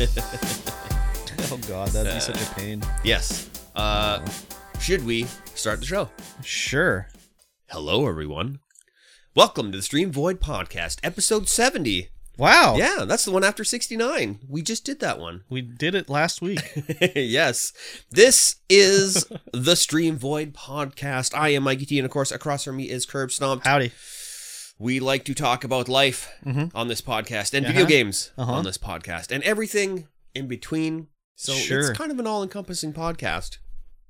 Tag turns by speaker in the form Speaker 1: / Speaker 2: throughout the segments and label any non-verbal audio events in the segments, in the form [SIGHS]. Speaker 1: Oh,
Speaker 2: [LAUGHS] oh god, that'd be such a pain.
Speaker 1: Yes. Uh, should we start the show?
Speaker 2: Sure.
Speaker 1: Hello, everyone. Welcome to the Stream Void Podcast, episode 70.
Speaker 2: Wow.
Speaker 1: Yeah, that's the one after 69. We just did that one. [LAUGHS]
Speaker 2: We did it last week. [LAUGHS]
Speaker 1: yes. This is the Stream Void Podcast. I am Mikey T, and of course, across from me is Curb Stomp.
Speaker 2: Howdy.
Speaker 1: We like to talk about life
Speaker 2: Mhm.
Speaker 1: on this podcast and video
Speaker 2: Uh-huh.
Speaker 1: games
Speaker 2: Uh-huh.
Speaker 1: on this podcast and everything in between. So
Speaker 2: Sure.
Speaker 1: it's kind of an all encompassing podcast.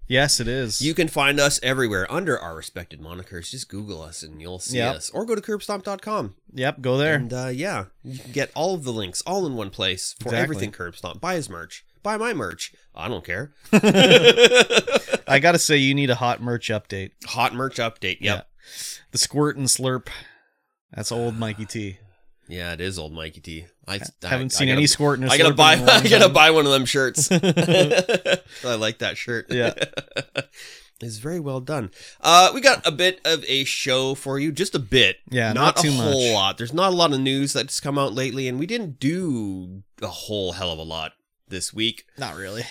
Speaker 2: Yes, it is.
Speaker 1: You can find us everywhere under our respected monikers. Just Google us and you'll see
Speaker 2: Yep.
Speaker 1: us. Or go to curbstomp.com.
Speaker 2: yep, go there.
Speaker 1: And uh, yeah, you can get all of the links all in one place for
Speaker 2: Exactly.
Speaker 1: everything Curb Stomp. Buy his merch. Buy my merch. I don't care.
Speaker 2: I gotta say you need a hot merch update.
Speaker 1: Hot merch update. Yep.
Speaker 2: Yeah. The squirt and slurp. That's old Mikey T.
Speaker 1: Yeah, it is old Mikey T. I, [SIGHS] I
Speaker 2: I haven't
Speaker 1: I
Speaker 2: seen
Speaker 1: gotta-
Speaker 2: any squirt and
Speaker 1: I gotta
Speaker 2: slurp
Speaker 1: buy. [LAUGHS]
Speaker 2: in a long
Speaker 1: I gotta
Speaker 2: time.
Speaker 1: buy one of
Speaker 2: [LAUGHS]
Speaker 1: them shirts. I like that shirt.
Speaker 2: Yeah.
Speaker 1: it's very well done. Uh, we got a bit of a show for you, just a bit.
Speaker 2: Yeah, not
Speaker 1: not,
Speaker 2: too
Speaker 1: a whole
Speaker 2: much.
Speaker 1: lot. There's not a lot of news that's come out lately, and we didn't do a whole hell of a lot this week.
Speaker 2: [LAUGHS] Not really.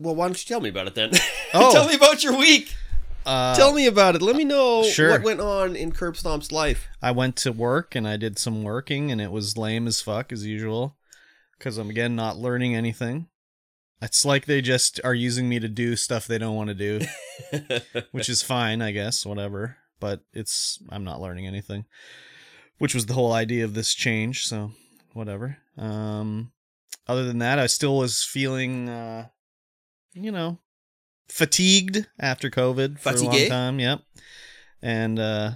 Speaker 1: Well, why don't you tell me about it then? [LAUGHS]
Speaker 2: Oh.
Speaker 1: tell me about your week.
Speaker 2: Uh,
Speaker 1: tell me about it. Let me know
Speaker 2: Sure.
Speaker 1: what went on in Curb Stomp's life.
Speaker 2: I went to work and I did some working and it was lame as fuck as usual cuz I'm again not learning anything. It's like they just are using me to do stuff they don't want to do, which is fine, I guess, whatever, but it's I'm not learning anything, which was the whole idea of this change, so whatever. Um other than that, I still was feeling uh you know, fatigued after COVID for a long
Speaker 1: Fatigué?
Speaker 2: time, yep. And uh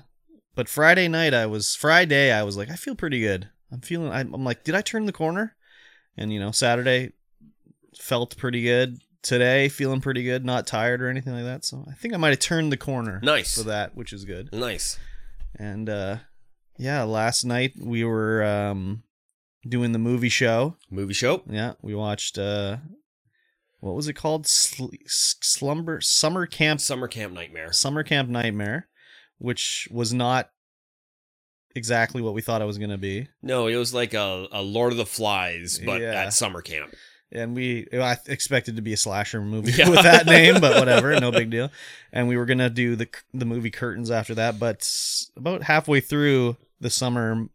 Speaker 2: but Friday night I was Friday I was like I feel pretty good. I'm feeling I'm, I'm like did I turn the corner? And you know Saturday felt pretty good. Today feeling pretty good, not tired or anything like that. So I think I might have turned the corner
Speaker 1: Nice.
Speaker 2: for that, which is good.
Speaker 1: Nice.
Speaker 2: And uh yeah, last night we were um doing the movie show.
Speaker 1: Movie show.
Speaker 2: Yeah, we watched uh what was it called? Sl- slumber Summer Camp
Speaker 1: Summer camp nightmare.
Speaker 2: Summer Camp Nightmare, which was not exactly what we thought it was going to be.
Speaker 1: No, it was like a, a Lord of the Flies, but
Speaker 2: Yeah.
Speaker 1: at summer camp.
Speaker 2: And we I expected to be a slasher movie
Speaker 1: Yeah.
Speaker 2: with that name, but whatever, no big deal. And we were going to do the the movie Curtains after that, but about halfway through the Summer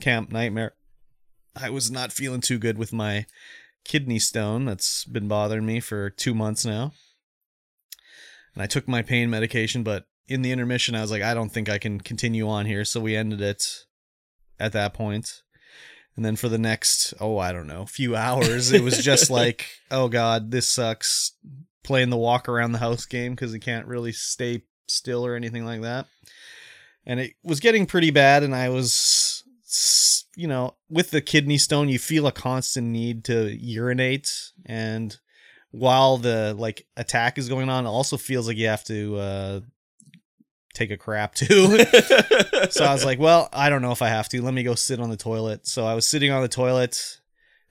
Speaker 2: Camp Nightmare, I was not feeling too good with my kidney stone that's been bothering me for 2 months now. And I took my pain medication, but in the intermission I was like I don't think I can continue on here, so we ended it at that point. And then for the next, oh, I don't know, few hours, it was just like, oh God, this sucks. Playing the walk around the house game because he can't really stay still or anything like that. And it was getting pretty bad. And I was, s- you know, with the kidney stone, you feel a constant need to urinate. And while the like attack is going on, it also feels like you have to, uh, take a crap [LAUGHS] too so
Speaker 1: [LAUGHS]
Speaker 2: I was like, well, I don't know if I have to. Let me go sit on the toilet. So I was sitting on the toilet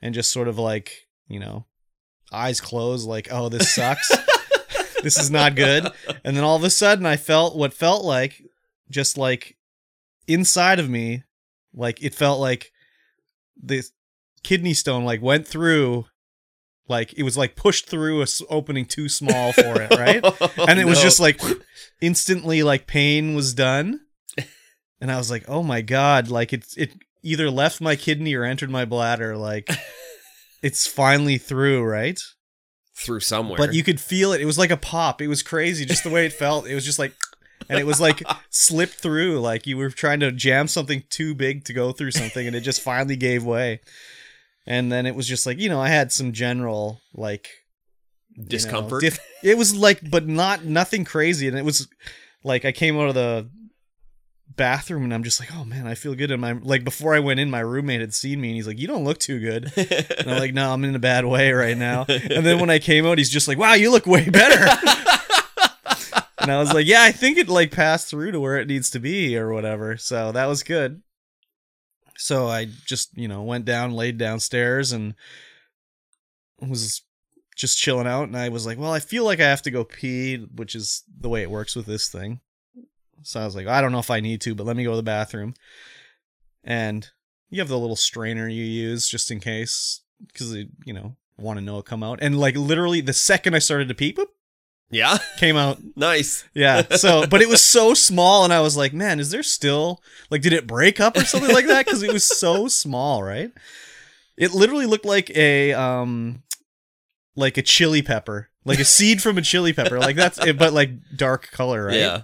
Speaker 2: and just sort of like, you know, eyes closed, like, oh, this sucks. this is not good. And then all of a sudden, I felt what felt like just like inside of me, like it felt like the kidney stone like went through, like it was like pushed through a s- opening too small for it,
Speaker 1: [LAUGHS] Oh,
Speaker 2: right? and it was just like instantly like pain was done and i was like oh my god like it's it either left my kidney or entered my bladder like it's finally through right
Speaker 1: through somewhere.
Speaker 2: but you could feel it it was like a pop it was crazy just the way it felt it was just like and it was like slipped through like you were trying to jam something too big to go through something and it just finally gave way and then it was just like you know i had some general like you know,
Speaker 1: discomfort.
Speaker 2: diff- it was like, but not nothing crazy, and it was like I came out of the bathroom and I'm just like, oh man, I feel good. And my like before I went in, my roommate had seen me and he's like, you don't look too good. And I'm like, no, I'm in a bad way right
Speaker 1: [LAUGHS]
Speaker 2: now. And then when I came out, he's just like, wow, you look way better. and I was like, yeah, I think it like passed through to where it needs to be or whatever. So that was good. So I just, you know, went down, laid downstairs and was just chilling out and I was like, well, I feel like I have to go pee, which is the way it works with this thing. So I was like, I don't know if I need to, but let me go to the bathroom. And you have the little strainer you use just in case because they, you know, want to know it come out. And like literally the second I started to peep, boop,
Speaker 1: Yeah.
Speaker 2: came out.
Speaker 1: Nice.
Speaker 2: Yeah. So, but it was so small, and I was like, man, is there still like, did it break up or something like that? Because it was so small, right? It literally looked like a um, like a chili pepper, like a seed from a chili pepper, like that's it, but like dark color, right?
Speaker 1: Yeah.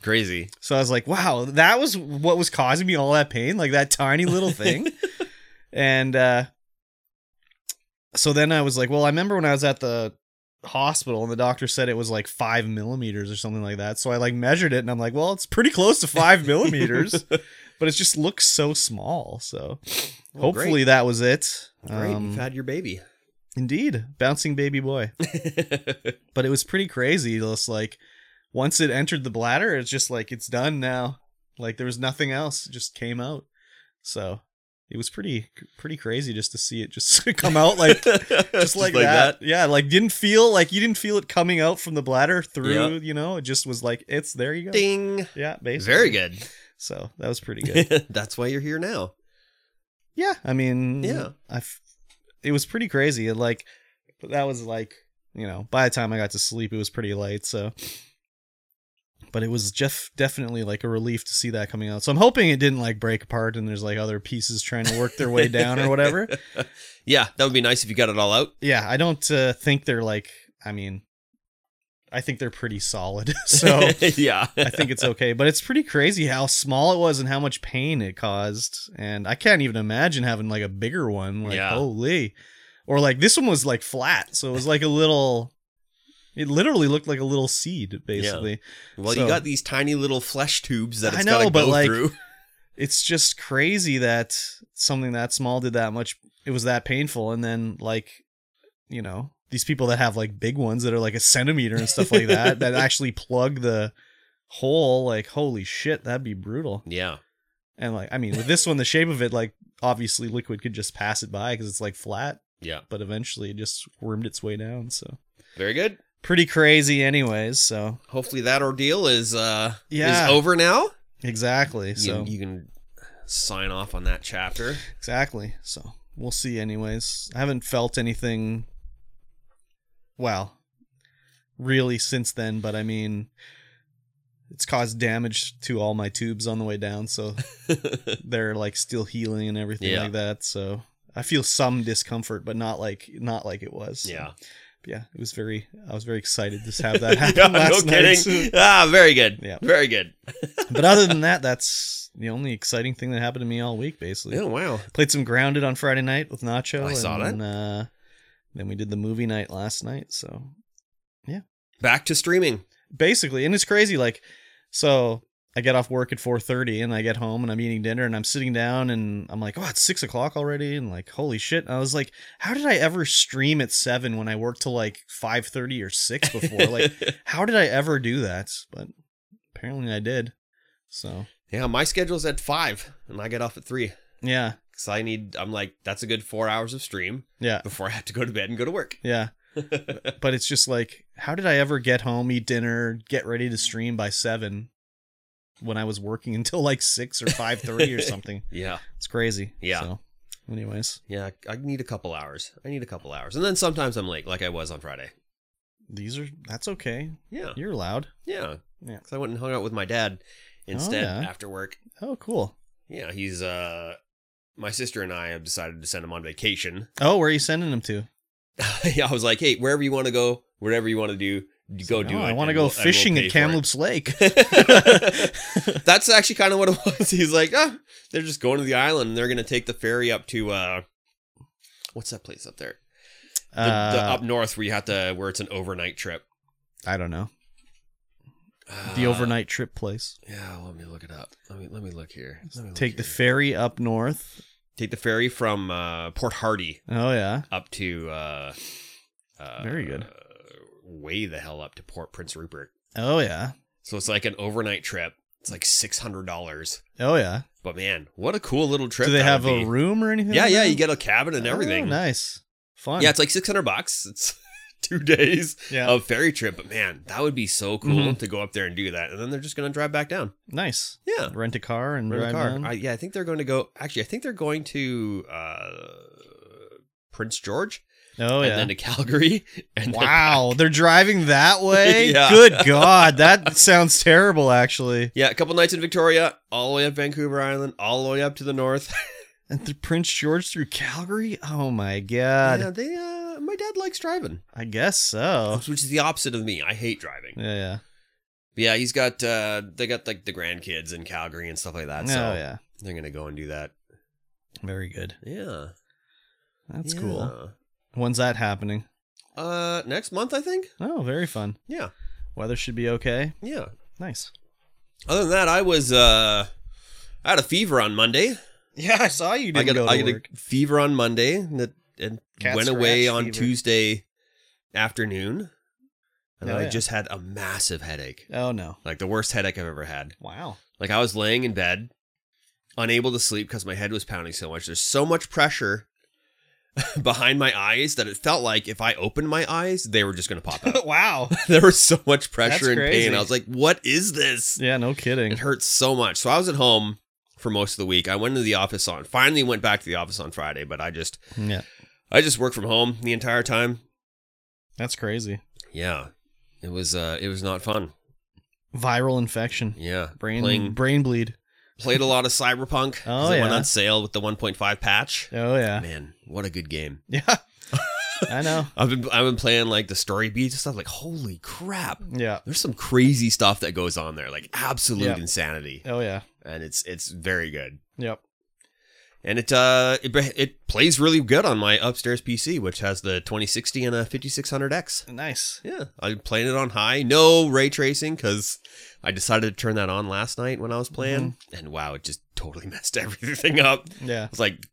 Speaker 1: Crazy.
Speaker 2: So I was like, wow, that was what was causing me all that pain, like that tiny little thing. and uh so then I was like, well, I remember when I was at the hospital and the doctor said it was like five millimeters or something like that. So I like measured it and I'm like, well, it's pretty close to five
Speaker 1: [LAUGHS]
Speaker 2: millimeters, but it just looks so small. So
Speaker 1: Well, great.
Speaker 2: hopefully that was it.
Speaker 1: [LAUGHS] Great,
Speaker 2: Um,
Speaker 1: you've had
Speaker 2: [LAUGHS]
Speaker 1: your baby.
Speaker 2: indeed, bouncing baby boy. But it was pretty crazy. Just like once it entered the bladder, it's just like it's done now. Like there was nothing else. It just came out. So it was pretty pretty crazy just to see it just [LAUGHS] come out
Speaker 1: [LAUGHS]
Speaker 2: like just like, that. Yeah, like didn't feel like you didn't feel it coming out from the bladder through,
Speaker 1: Yeah.
Speaker 2: you know, it just was like it's there you go.
Speaker 1: Ding.
Speaker 2: Yeah, basically.
Speaker 1: Very good.
Speaker 2: So that was pretty good.
Speaker 1: [LAUGHS] That's why you're here now.
Speaker 2: yeah, I mean,
Speaker 1: Yeah.
Speaker 2: I f- it was pretty crazy. It, like but that was like, you know, by the time I got to sleep it was pretty late, so but it was just definitely like a relief to see that coming out. So I'm hoping it didn't like break apart and there's like other pieces trying to work their way down or whatever.
Speaker 1: Yeah, that would be nice if you got it all out.
Speaker 2: Yeah, I don't uh, think they're like I mean I think they're pretty solid. [LAUGHS] so
Speaker 1: [LAUGHS] yeah.
Speaker 2: I think it's okay. But it's pretty crazy how small it was and how much pain it caused. And I can't even imagine having like a bigger one. Like
Speaker 1: Yeah.
Speaker 2: holy. Or like this one was like flat, so it was like a little it literally looked like a little seed, basically.
Speaker 1: Well,
Speaker 2: so-
Speaker 1: you got these tiny little flesh tubes that
Speaker 2: I
Speaker 1: it's
Speaker 2: know,
Speaker 1: got to
Speaker 2: but,
Speaker 1: go
Speaker 2: like,
Speaker 1: through. [LAUGHS]
Speaker 2: It's just crazy that something that small did that much it was that painful and then like you know, these people that have like big ones that are like a centimeter and stuff like that that actually plug the hole, like holy shit, that'd be brutal.
Speaker 1: Yeah.
Speaker 2: And like, I mean, with this one, the shape of it, like, obviously, liquid could just pass it by because it's like flat,
Speaker 1: Yeah.
Speaker 2: but eventually it just wormed its way down. So
Speaker 1: Very good.
Speaker 2: pretty crazy, anyways. So
Speaker 1: Hopefully that ordeal is uh
Speaker 2: Yeah.
Speaker 1: is over now.
Speaker 2: exactly.
Speaker 1: You,
Speaker 2: So
Speaker 1: you can sign off on that chapter.
Speaker 2: exactly. So we'll see, anyways. I haven't felt anything. Well, really since then, but I mean, it's caused damage to all my tubes on the way down.
Speaker 1: [LAUGHS]
Speaker 2: So they're like still healing and everything
Speaker 1: Yeah.
Speaker 2: like that. So I feel some discomfort, but not like not like it was. So,
Speaker 1: yeah.
Speaker 2: yeah, it was very. I was very excited to have
Speaker 1: [LAUGHS]
Speaker 2: that happen
Speaker 1: Yeah,
Speaker 2: last
Speaker 1: no
Speaker 2: night.
Speaker 1: [LAUGHS] kidding. ah, very good.
Speaker 2: Yeah.
Speaker 1: Very good.
Speaker 2: [LAUGHS] But other than that, that's the only exciting thing that happened to me all week. Basically,
Speaker 1: Oh, wow.
Speaker 2: played some grounded on Friday night with Nacho.
Speaker 1: I
Speaker 2: and,
Speaker 1: saw that.
Speaker 2: Uh, then we did the movie night last night. So
Speaker 1: Back to streaming.
Speaker 2: basically and it's crazy like so i get off work at 4.30 and i get home and i'm eating dinner and i'm sitting down and i'm like oh it's 6 o'clock already and like holy shit and i was like how did i ever stream at 7 when i worked till like 5.30 or 6 before
Speaker 1: [LAUGHS]
Speaker 2: like how did i ever do that but apparently i did so
Speaker 1: yeah, my schedule's at 5 and I get off at 3
Speaker 2: yeah
Speaker 1: cuz I need I'm like that's a good 4 hours of stream
Speaker 2: yeah
Speaker 1: before I have to go to bed and go to work. [LAUGHS]
Speaker 2: yeah but it's just like how did i ever get home eat dinner get ready to stream by 7 when i was working [LAUGHS] until like 6 or 5.30
Speaker 1: [LAUGHS]
Speaker 2: or something
Speaker 1: yeah.
Speaker 2: It's crazy.
Speaker 1: Yeah.
Speaker 2: So, anyways,
Speaker 1: Yeah, I need a couple hours. I need a couple hours. And then sometimes I'm late like I was on Friday.
Speaker 2: these are that's okay.
Speaker 1: Yeah.
Speaker 2: You're allowed.
Speaker 1: Yeah.
Speaker 2: Yeah.
Speaker 1: Cuz I went and hung out with my dad instead
Speaker 2: yeah.
Speaker 1: after work
Speaker 2: Oh, cool.
Speaker 1: Yeah, he's uh my sister and I have decided to send him on vacation.
Speaker 2: Oh, where are you sending them to?
Speaker 1: [LAUGHS] yeah, I was like, "Hey, wherever you want to go, whatever you want to do, you go do
Speaker 2: Oh,
Speaker 1: it."
Speaker 2: I want to
Speaker 1: and
Speaker 2: go
Speaker 1: we'll- and we'll
Speaker 2: fishing
Speaker 1: pay
Speaker 2: at
Speaker 1: for it."
Speaker 2: Kamloops Lake.
Speaker 1: [LAUGHS] That's actually kind of what it was. He's like, "Ah, they're just going to the island and they're going to take the ferry up to uh what's that place up there? [LAUGHS] The, the
Speaker 2: Uh,
Speaker 1: up north where you have to where it's an overnight trip."
Speaker 2: I don't know.
Speaker 1: Uh,
Speaker 2: The overnight trip place.
Speaker 1: Yeah, let me look it up. Let me let me look here. Let me look
Speaker 2: Take the
Speaker 1: here.
Speaker 2: ferry up north.
Speaker 1: take the ferry from uh Port Hardy
Speaker 2: Oh yeah.
Speaker 1: up to uh, uh
Speaker 2: Very good.
Speaker 1: way the hell up to Port Prince Rupert.
Speaker 2: Oh yeah.
Speaker 1: So it's like an overnight trip. It's like six hundred dollars.
Speaker 2: Oh yeah.
Speaker 1: But man, what a cool little trip!
Speaker 2: Do they
Speaker 1: that
Speaker 2: have
Speaker 1: would
Speaker 2: a
Speaker 1: be.
Speaker 2: room or anything?
Speaker 1: Yeah,
Speaker 2: like
Speaker 1: yeah.
Speaker 2: that?
Speaker 1: You get a cabin and
Speaker 2: Oh,
Speaker 1: everything.
Speaker 2: nice. Fun.
Speaker 1: Yeah, it's like six hundred bucks. It's [LAUGHS] two days
Speaker 2: yeah.
Speaker 1: of ferry trip. But man, that would be so cool
Speaker 2: Mhm.
Speaker 1: to go up there and do that. And then they're just gonna drive back down.
Speaker 2: nice.
Speaker 1: Yeah.
Speaker 2: Rent a car and
Speaker 1: Rent a
Speaker 2: drive
Speaker 1: car.
Speaker 2: down.
Speaker 1: I, yeah, I think they're going to go. Actually, I think they're going to uh, Prince George
Speaker 2: Oh
Speaker 1: and
Speaker 2: yeah.
Speaker 1: then [LAUGHS] to Calgary. And then-
Speaker 2: wow, they're driving
Speaker 1: [LAUGHS]
Speaker 2: that way.
Speaker 1: Yeah.
Speaker 2: Good God, that [LAUGHS] sounds terrible. Actually,
Speaker 1: yeah, a couple nights in Victoria, all the way up Vancouver Island, all the way up to the north.
Speaker 2: and through Prince George through Calgary. Oh my God.
Speaker 1: yeah, they uh, my dad likes driving,
Speaker 2: I guess so.
Speaker 1: which is the opposite of me. I hate driving.
Speaker 2: Yeah. yeah.
Speaker 1: But yeah, he's got uh they got like the grandkids in Calgary and stuff like that. so
Speaker 2: oh yeah.
Speaker 1: they're gonna go and do that.
Speaker 2: Very good.
Speaker 1: Yeah.
Speaker 2: That's
Speaker 1: Yeah.
Speaker 2: cool. When's that happening?
Speaker 1: Uh next month I think?
Speaker 2: Oh, very fun.
Speaker 1: Yeah.
Speaker 2: Weather should be okay.
Speaker 1: Yeah.
Speaker 2: Nice.
Speaker 1: Other than that, I was uh I had a fever on Monday.
Speaker 2: Yeah, [LAUGHS] I saw you
Speaker 1: I got I got a fever on Monday and it and
Speaker 2: Cat
Speaker 1: went away
Speaker 2: scratch
Speaker 1: on
Speaker 2: fever.
Speaker 1: Tuesday afternoon. And
Speaker 2: Oh,
Speaker 1: I
Speaker 2: yeah.
Speaker 1: just had a massive headache.
Speaker 2: Oh no!
Speaker 1: [LAUGHS] Like the worst headache I've ever had.
Speaker 2: Wow.
Speaker 1: Like I was laying in bed, unable to sleep because my head was pounding so much. There's so much pressure [LAUGHS] behind my eyes that it felt like if I opened my eyes, they were just going to pop
Speaker 2: [LAUGHS]
Speaker 1: out.
Speaker 2: wow.
Speaker 1: there was so much pressure
Speaker 2: That's
Speaker 1: and pain.
Speaker 2: crazy.
Speaker 1: I was like, "What is this?"
Speaker 2: Yeah, no kidding.
Speaker 1: It hurts so much. So I was at home for most of the week. I went into the office on finally went back to the office on Friday, but I just
Speaker 2: Yeah,
Speaker 1: I just worked from home the entire time.
Speaker 2: that's crazy.
Speaker 1: Yeah. It was uh it was not fun.
Speaker 2: Viral infection,
Speaker 1: Yeah.
Speaker 2: brain
Speaker 1: Playing
Speaker 2: brain bleed.
Speaker 1: played a lot of Cyberpunk. 'cause
Speaker 2: Oh,
Speaker 1: It went
Speaker 2: yeah.
Speaker 1: on sale with the 1.5 patch.
Speaker 2: Oh yeah,
Speaker 1: [LAUGHS] Man, what a good game.
Speaker 2: yeah. I know.
Speaker 1: I've been I've been playing like the story beats and stuff. Like, holy crap!
Speaker 2: Yeah.
Speaker 1: There's some crazy stuff that goes on there, like absolute
Speaker 2: Yeah.
Speaker 1: insanity,
Speaker 2: Oh yeah.
Speaker 1: and it's it's very good.
Speaker 2: Yep.
Speaker 1: And it uh it, beh- it plays really good on my upstairs PC, which has the 2060 and a 5600X.
Speaker 2: Nice.
Speaker 1: Yeah, I'm playing it on high, no ray tracing because I decided to turn that on last night when I was playing, and wow, it just totally [LAUGHS] messed everything up.
Speaker 2: Yeah.
Speaker 1: I was like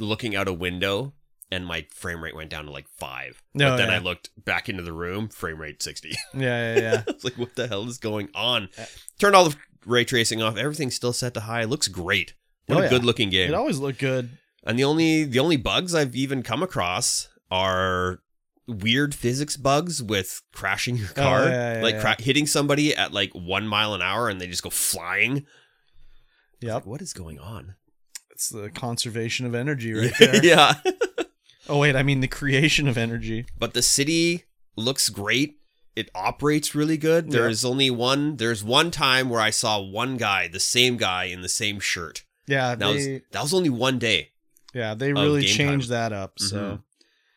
Speaker 1: looking out a window and my frame rate went down to like five.
Speaker 2: No,
Speaker 1: but then
Speaker 2: yeah.
Speaker 1: I looked back into the room, frame rate 60.
Speaker 2: Yeah. Yeah. Yeah.
Speaker 1: [LAUGHS] I was like, what the hell is going on?
Speaker 2: Yeah.
Speaker 1: Turned all the ray tracing off. Everything's still set to high. Looks great. What
Speaker 2: Oh,
Speaker 1: a
Speaker 2: yeah.
Speaker 1: good looking
Speaker 2: it
Speaker 1: game.
Speaker 2: always looked good.
Speaker 1: and the only the only bugs I've even come across are weird physics bugs with crashing your car.
Speaker 2: Oh, yeah, yeah,
Speaker 1: like
Speaker 2: yeah.
Speaker 1: Cra- hitting somebody at like one mile an hour and they just go flying. [LAUGHS]
Speaker 2: Yep.
Speaker 1: What is going on?
Speaker 2: It's the conservation of energy right there.
Speaker 1: [LAUGHS] yeah.
Speaker 2: Oh wait, I mean the creation of energy.
Speaker 1: but the city looks great. It operates really good.
Speaker 2: Yeah.
Speaker 1: There's only one. There's one time where I saw one guy, the same guy in the same shirt.
Speaker 2: Yeah.
Speaker 1: That was
Speaker 2: They,
Speaker 1: that was only one day.
Speaker 2: yeah. They really
Speaker 1: game
Speaker 2: changed that up. So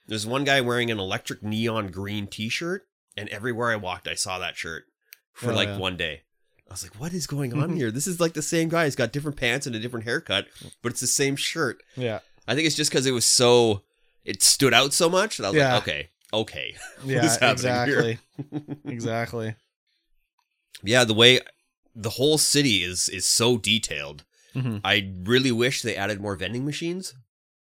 Speaker 1: There's one guy wearing an electric neon green T-shirt, and everywhere I walked, I saw that shirt for
Speaker 2: Oh,
Speaker 1: like
Speaker 2: yeah.
Speaker 1: one day. I was like, "What is going
Speaker 2: [LAUGHS]
Speaker 1: on here? This is like the same guy. He's got different pants and a different haircut, but it's the same shirt." [LAUGHS]
Speaker 2: yeah.
Speaker 1: I think it's just because it was so, it stood out so much. That I was
Speaker 2: Yeah.
Speaker 1: like, "Okay, okay."
Speaker 2: Yeah.
Speaker 1: is happening
Speaker 2: exactly.
Speaker 1: [LAUGHS]
Speaker 2: exactly.
Speaker 1: Yeah, the way the whole city is is so detailed.
Speaker 2: hmm
Speaker 1: I really wish they added more vending machines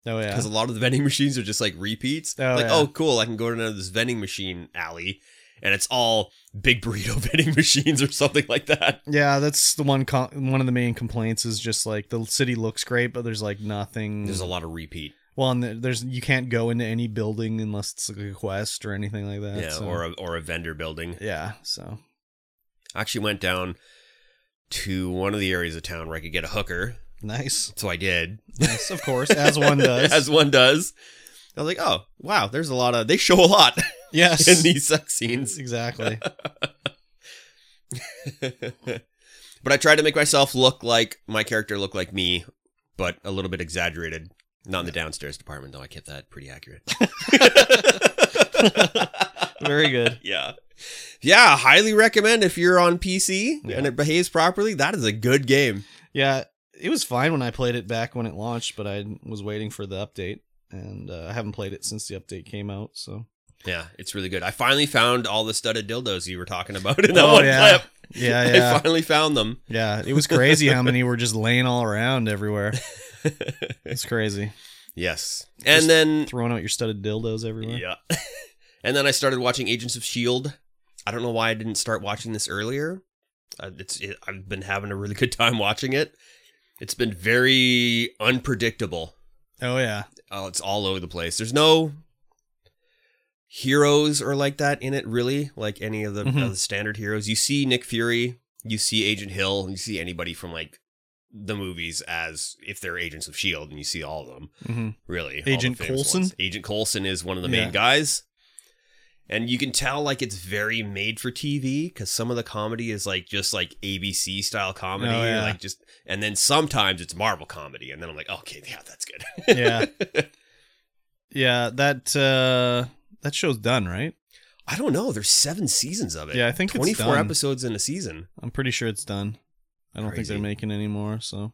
Speaker 2: Oh yeah.
Speaker 1: because a lot of the [LAUGHS] vending machines are just like repeats.
Speaker 2: Oh,
Speaker 1: like,
Speaker 2: yeah.
Speaker 1: oh, cool, I can go to this vending machine alley, and it's all big burrito [LAUGHS] vending machines or something like that.
Speaker 2: Yeah, that's the one. Con- one of the main complaints is just like the city looks great, but there's like nothing.
Speaker 1: There's a lot of repeat,
Speaker 2: well, and there- there's you can't go into any building unless it's like a quest or anything like that.
Speaker 1: yeah,
Speaker 2: so-
Speaker 1: or a, or a vendor building.
Speaker 2: yeah, so
Speaker 1: I actually went down to one of the areas of town where I could get a hooker,
Speaker 2: nice,
Speaker 1: so I did.
Speaker 2: nice, of course, as
Speaker 1: [LAUGHS]
Speaker 2: one does.
Speaker 1: as one does. I was like, oh wow, there's a lot of they show a lot [LAUGHS]
Speaker 2: yes,
Speaker 1: in these sex scenes.
Speaker 2: [LAUGHS] exactly.
Speaker 1: [LAUGHS] but I tried to make myself look like my character look like me, but a little bit exaggerated. Not in the downstairs department though. I kept that pretty
Speaker 2: [LAUGHS]
Speaker 1: accurate. [LAUGHS]
Speaker 2: Very good.
Speaker 1: yeah. Yeah, highly recommend if you're on PC
Speaker 2: Yeah.
Speaker 1: and it behaves properly, that is a good game.
Speaker 2: Yeah, it was fine when I played it back when it launched, but I was waiting for the update, and uh, I haven't played it since the update came out. So
Speaker 1: Yeah, it's really good. I finally found all the studded dildos you were talking about in that
Speaker 2: Oh,
Speaker 1: one
Speaker 2: yeah.
Speaker 1: clip.
Speaker 2: yeah, yeah,
Speaker 1: [LAUGHS] [LAUGHS] I finally found them. [LAUGHS]
Speaker 2: yeah. It was crazy how many were just laying all around everywhere. It's crazy.
Speaker 1: yes.
Speaker 2: Just
Speaker 1: And then
Speaker 2: throwing out your studded dildos everywhere.
Speaker 1: Yeah. [LAUGHS] and then I started watching Agents of S.H.I.E.L.D. I don't know why I didn't start watching this earlier. Uh, it's it, I've been having a really good time watching it. It's been very unpredictable.
Speaker 2: Oh yeah.
Speaker 1: Oh, it's all over the place. There's no heroes or like that in it really, like any of the,
Speaker 2: Mhm.
Speaker 1: of the standard heroes. You see Nick Fury, you see Agent Hill, and you see anybody from like the movies as if they're agents of Shield, E and you see all of them
Speaker 2: hmm
Speaker 1: really. all
Speaker 2: Agent
Speaker 1: the famous
Speaker 2: Coulson?
Speaker 1: ones. Agent Coulson is one of the main
Speaker 2: Yeah.
Speaker 1: guys, and you can tell like it's very made for TV because some of the comedy is like just like ABC style comedy,
Speaker 2: Oh,
Speaker 1: or,
Speaker 2: yeah.
Speaker 1: like just, and then sometimes it's Marvel comedy, and then I'm like, okay, yeah, that's good.
Speaker 2: Yeah. yeah, that uh that show's done, right?
Speaker 1: [LAUGHS] I don't know. There's seven seasons of it.
Speaker 2: Yeah, I think it's
Speaker 1: 24
Speaker 2: done.
Speaker 1: episodes in a season.
Speaker 2: I'm pretty sure it's done. I don't think
Speaker 1: Crazy.
Speaker 2: they're making any more, so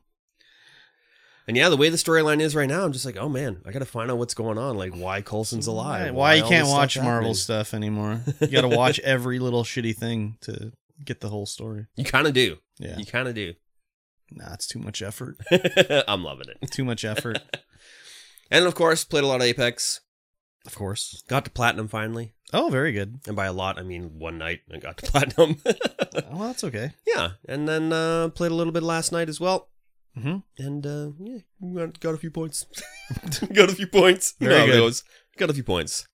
Speaker 1: And yeah, the way the storyline is right now, I'm just like, oh man, I got to find out what's going on. Like, why Colson's
Speaker 2: Why,
Speaker 1: alive?
Speaker 2: why you
Speaker 1: all
Speaker 2: can't
Speaker 1: this stuff
Speaker 2: watch Marvel
Speaker 1: happening.
Speaker 2: stuff
Speaker 1: [LAUGHS]
Speaker 2: anymore. You got to watch every little shitty thing to get the whole story.
Speaker 1: You kind of do.
Speaker 2: Yeah.
Speaker 1: You kind of do. [LAUGHS]
Speaker 2: Nah, it's too much effort. [LAUGHS]
Speaker 1: I'm loving it.
Speaker 2: Too much
Speaker 1: [LAUGHS]
Speaker 2: effort,
Speaker 1: And of course, played a lot of Apex.
Speaker 2: of course.
Speaker 1: Got to platinum finally.
Speaker 2: Oh, very
Speaker 1: [LAUGHS]
Speaker 2: good.
Speaker 1: And by a lot, I mean one night I got to [LAUGHS] platinum.
Speaker 2: Well, Oh, that's okay.
Speaker 1: yeah. And then uh, played a little bit last night as well.
Speaker 2: hmm
Speaker 1: And uh, yeah, got, got a few points. [LAUGHS] got a few points.
Speaker 2: [LAUGHS] Very
Speaker 1: No,
Speaker 2: good.
Speaker 1: those. Got a few points.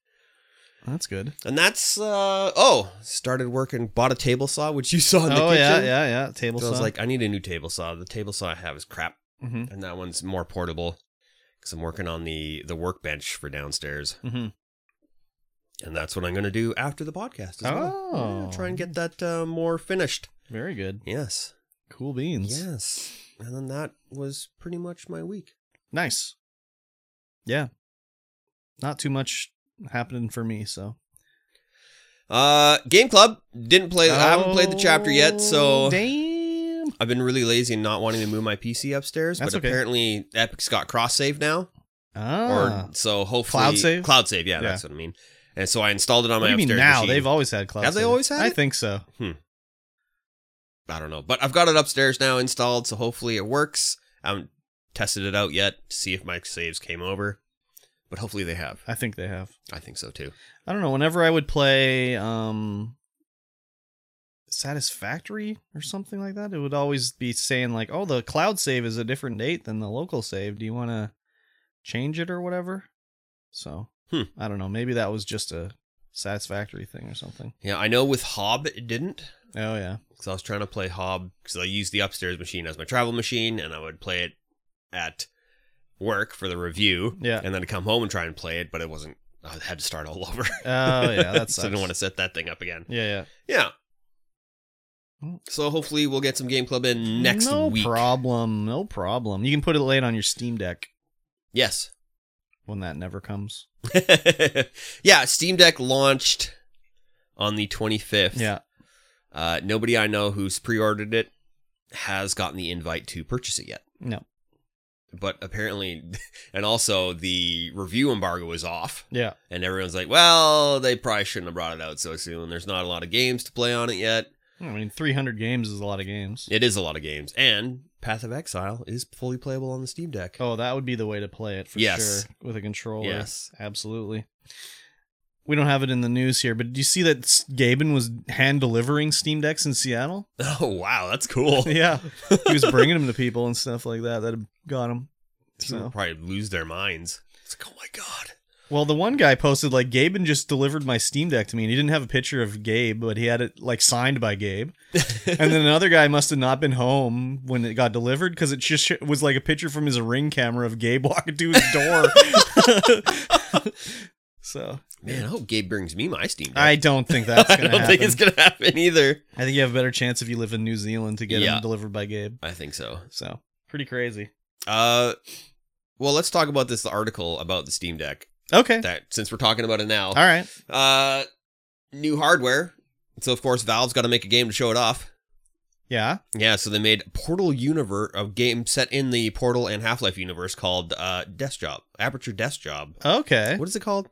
Speaker 2: That's good.
Speaker 1: And that's uh oh, started working, bought a table saw, which you saw in the
Speaker 2: Oh
Speaker 1: kitchen.
Speaker 2: yeah, yeah, yeah. Table
Speaker 1: So I was
Speaker 2: saw.
Speaker 1: like, I need a new table saw. The table saw I have is crap,
Speaker 2: hmm
Speaker 1: and that one's more portable because I'm working on the the workbench for downstairs,
Speaker 2: hmm
Speaker 1: and that's what I'm going to do after the podcast. As well.
Speaker 2: Oh.
Speaker 1: Yeah, try and get that uh, more finished.
Speaker 2: very good.
Speaker 1: Yes,
Speaker 2: Cool beans.
Speaker 1: yes. And then that was pretty much my week.
Speaker 2: Nice. Yeah. Not too much happening for me, so.
Speaker 1: Uh, game club didn't play. I haven't played the chapter yet,
Speaker 2: Oh,
Speaker 1: so
Speaker 2: damn.
Speaker 1: I've been really lazy and not wanting to move my PC upstairs.
Speaker 2: That's
Speaker 1: but
Speaker 2: okay.
Speaker 1: apparently, Epic's got cross save now.
Speaker 2: Ah.
Speaker 1: or so hopefully
Speaker 2: Cloud save?
Speaker 1: Cloud save, yeah,
Speaker 2: Yeah.
Speaker 1: that's what I mean. And so I installed it on
Speaker 2: what do
Speaker 1: my
Speaker 2: you mean
Speaker 1: upstairs
Speaker 2: now?
Speaker 1: machine.
Speaker 2: They've always had cloud.
Speaker 1: Have they
Speaker 2: saving.
Speaker 1: always had
Speaker 2: I
Speaker 1: it?
Speaker 2: think so.
Speaker 1: I don't know, but I've got it upstairs now installed, so hopefully it works. I haven't tested it out yet to see if my saves came over, but hopefully they have.
Speaker 2: I think they have.
Speaker 1: I think so too.
Speaker 2: I don't know. Whenever I would play um Satisfactory or something like that, it would always be saying like, "Oh, the cloud save is a different date than the local save. Do you want to change it or whatever?" So,
Speaker 1: Hmm.
Speaker 2: I don't know. Maybe that was just a Satisfactory thing or something.
Speaker 1: Yeah, I know with Hob it didn't
Speaker 2: Oh yeah.
Speaker 1: because I was trying to play Hob because I used the upstairs machine as my travel machine, and I would play it at work for the review,
Speaker 2: Yeah.
Speaker 1: and then I'd come home and try and play it, but it wasn't. I had to start all [LAUGHS] over.
Speaker 2: Oh yeah, that
Speaker 1: [LAUGHS] so
Speaker 2: sucks.
Speaker 1: I didn't want to set that thing up again.
Speaker 2: Yeah, yeah.
Speaker 1: Yeah.
Speaker 2: Mm.
Speaker 1: So hopefully we'll get some game club in next
Speaker 2: no
Speaker 1: week.
Speaker 2: problem. No problem. You can put it late on your Steam Deck
Speaker 1: Yes.
Speaker 2: when that never
Speaker 1: [LAUGHS]
Speaker 2: comes.
Speaker 1: yeah, Steam Deck launched on the 25th.
Speaker 2: Yeah.
Speaker 1: Uh, nobody I know who's pre-ordered it has gotten the invite to purchase it yet.
Speaker 2: No.
Speaker 1: But apparently, [LAUGHS] and also the review embargo is off,
Speaker 2: Yeah.
Speaker 1: and everyone's like, "Well, they probably shouldn't have brought it out so soon. There's not a lot of games to play on it yet."
Speaker 2: I mean, 300 games is a lot of games.
Speaker 1: It is a lot of games, and Path of Exile is fully playable on the Steam Deck.
Speaker 2: Oh, that would be the way to play it for
Speaker 1: Yes.
Speaker 2: sure with a controller.
Speaker 1: Yes.
Speaker 2: absolutely. We don't have it in the news here, but did you see that S- Gaben was hand delivering Steam Decks in Seattle?
Speaker 1: [LAUGHS] Oh wow, that's
Speaker 2: [LAUGHS]
Speaker 1: cool.
Speaker 2: yeah, he was bringing them to people and stuff like that. That got him.
Speaker 1: People
Speaker 2: So.
Speaker 1: probably lose their minds. It's like, oh my god.
Speaker 2: Well, the one guy posted like Gaben just delivered my Steam Deck to me, and he didn't have a picture of Gabe, but he had it like signed by
Speaker 1: [LAUGHS]
Speaker 2: Gabe. and then another guy must have not been home when it got delivered because it just sh- was like a picture from his ring camera of Gabe [LAUGHS] walking to his door. [LAUGHS] so
Speaker 1: Man, I hope Gabe brings me my Steam Deck.
Speaker 2: I don't think that's
Speaker 1: [LAUGHS] I
Speaker 2: gonna
Speaker 1: don't
Speaker 2: happen.
Speaker 1: think it's gonna happen either.
Speaker 2: I think you have a better chance if you live in New Zealand to get
Speaker 1: Yeah.
Speaker 2: them delivered by Gabe.
Speaker 1: I think so.
Speaker 2: So pretty crazy.
Speaker 1: Uh, well, let's talk about this article about the Steam Deck.
Speaker 2: Okay.
Speaker 1: That since we're talking about it now,
Speaker 2: All right.
Speaker 1: uh, new hardware. So of course, Valve's got to make a game to show it off.
Speaker 2: Yeah.
Speaker 1: Yeah, so they made Portal Universe, a game set in the Portal and Half Life universe called uh, Desk Job, Aperture Desk Job.
Speaker 2: Okay.
Speaker 1: What is it called?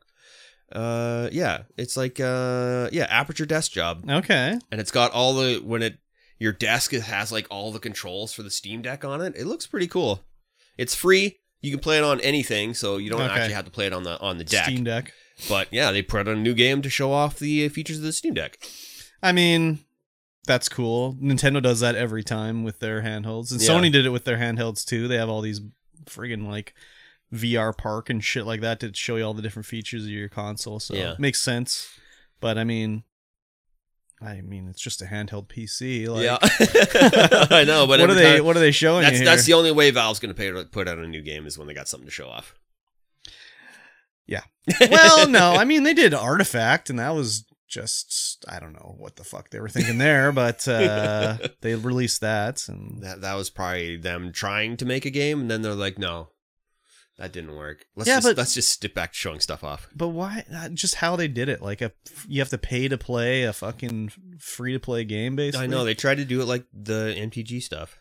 Speaker 1: Uh, yeah, it's like uh, yeah, Aperture Desk Job.
Speaker 2: Okay.
Speaker 1: and it's got all the when it your desk it has like all the controls for the Steam Deck on it. It looks pretty cool. It's free. You can play it on anything, so you don't
Speaker 2: Okay.
Speaker 1: actually have to play it on the on the deck.
Speaker 2: Steam Deck.
Speaker 1: But yeah, they put out a new game to show off the uh, features of the Steam Deck.
Speaker 2: I mean, that's cool. Nintendo does that every time with their handhelds, and
Speaker 1: Yeah.
Speaker 2: Sony did it with their handhelds too. They have all these friggin' like VR park and shit like that to show you all the different features of your console. So
Speaker 1: Yeah.
Speaker 2: makes sense. But I mean, I mean, it's just a handheld PC. Like, [LAUGHS]
Speaker 1: yeah, I know.
Speaker 2: what
Speaker 1: But
Speaker 2: are
Speaker 1: every
Speaker 2: they?
Speaker 1: time-
Speaker 2: What are they showing
Speaker 1: that's
Speaker 2: you
Speaker 1: that's the
Speaker 2: here?
Speaker 1: only way Valve's going to pay to put out a new game is when they got something to show off.
Speaker 2: Yeah. [LAUGHS]
Speaker 1: [LAUGHS]
Speaker 2: well, no, I mean they did Artifact, and that was just I don't know what the fuck they were thinking there, but
Speaker 1: [LAUGHS]
Speaker 2: uh, they released that, and
Speaker 1: that that was probably them trying to make a game, and then they're like, no, that didn't work. Let's
Speaker 2: Yeah,
Speaker 1: just,
Speaker 2: but-
Speaker 1: let's just stick back to showing stuff off.
Speaker 2: But why? Not just how they did it. Like a, you have to pay to play a fucking free to play game, basically.
Speaker 1: I know they tried to do it like the MTG stuff,